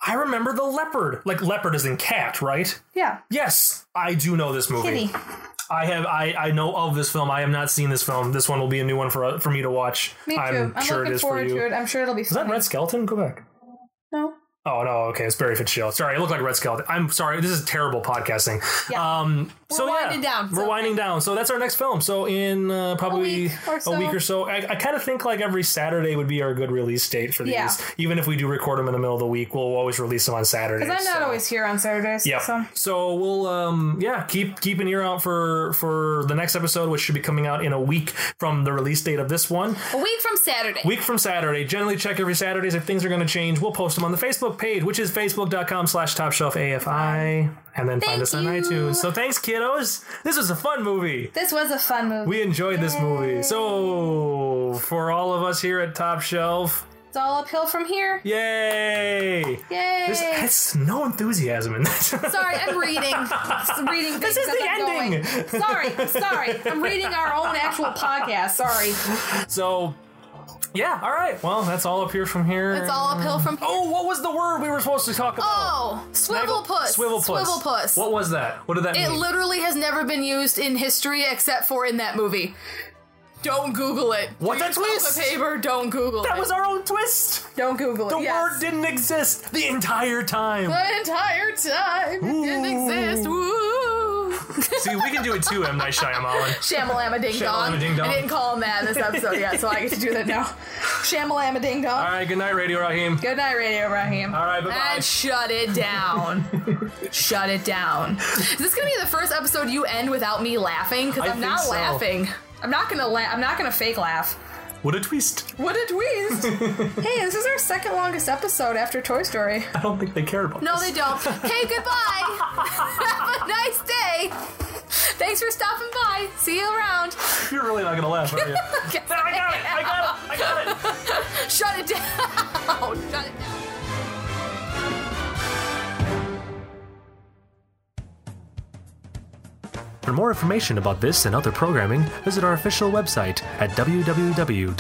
S1: I remember the leopard. Like leopard is in cat, right?
S2: Yeah.
S1: Yes, I do know this movie.
S2: Kitty.
S1: I have I, I know of this film. I have not seen this film. This one will be a new one for for me to watch.
S2: Me too.
S1: I'm,
S2: I'm,
S1: sure it
S2: looking
S1: is for
S2: forward
S1: you.
S2: to it. I'm sure it'll be
S1: Is that
S2: fun.
S1: Red Skeleton? Go back.
S2: No.
S1: Oh no, okay, it's Barry Fitzgerald. Sorry, it looked like Red Skeleton. I'm sorry, this is terrible podcasting.
S2: Yeah.
S1: Um, so
S2: We're
S1: yeah,
S2: winding down,
S1: We're
S2: so-
S1: winding down. So that's our next film. So in uh, probably
S2: week or so.
S1: a week or so, I, I kind of think like every Saturday would be our good release date for these.
S2: Yeah.
S1: Even if we do record them in the middle of the week, we'll always release them on Saturdays.
S2: Because I'm not
S1: so.
S2: always here on Saturdays.
S1: uh, Yep.
S2: So.
S1: So we'll um yeah keep keep an ear out for for the next episode, which should be coming out in a week from the release date of this one.
S2: A week from Saturday.
S1: Week from Saturday. Generally check every Saturdays if things are going to change. We'll post them on the Facebook page, which is facebook.com slash top shelf AFI. And then find
S2: Thank
S1: us on
S2: you.
S1: iTunes. So thanks, kiddos. This was a fun movie.
S2: this was a fun movie.
S1: We enjoyed this movie. So for all of us here at Top Shelf,
S2: it's all uphill from here.
S1: yay!
S2: Yay.
S1: There's, that's no enthusiasm in this.
S2: Sorry, I'm reading. Just reading
S1: This is
S2: things as
S1: the
S2: I'm
S1: ending.
S2: Going. Sorry, sorry. I'm reading our own actual podcast. Sorry.
S1: so yeah, all right. Well, that's all up here from here.
S2: It's all uphill from here.
S1: Oh, what was the word we were supposed to talk about?
S2: Oh, swivel puss.
S1: Swivel puss.
S2: Swivel puss.
S1: What was that? What did that
S2: It
S1: mean?
S2: literally has never been used in history except for in that movie. Don't Google it.
S1: What
S2: Do
S1: a
S2: yourself
S1: twist!
S2: A paper. Don't Google
S1: That
S2: it.
S1: was our own twist.
S2: Don't Google it.
S1: The
S2: yes.
S1: word didn't exist the entire time.
S2: the entire time it didn't
S1: Ooh.
S2: exist. Woo!
S1: See, we can do it too, M Night Shyamalan.
S2: Shamalama ding dong.
S1: Shamalama ding dong.
S2: I didn't call him that in this episode yet, so I get to do that now. Shamalama ding dong.
S1: All right, good night, Radio Raheem.
S2: Good night, Radio Raheem.
S1: All right, bye-bye.
S2: And shut it down. shut it down. Is this gonna be the first episode you end without me laughing? Because
S1: I
S2: I'm not
S1: think so.
S2: laughing. I'm not gonna laugh. I'm not gonna fake laugh.
S1: What a twist!
S2: What a twist! hey, this is our second longest episode after Toy Story.
S1: I don't think they care about
S2: No,
S1: this.
S2: they don't. Hey, goodbye. Have a nice day. Thanks for stopping by. See you around.
S1: You're really not gonna laugh, are you? I got it! I got it! I got it!
S2: Shut it down. Shut it down.
S3: For more information about this and other programming, visit our official website at www.ghostat.net.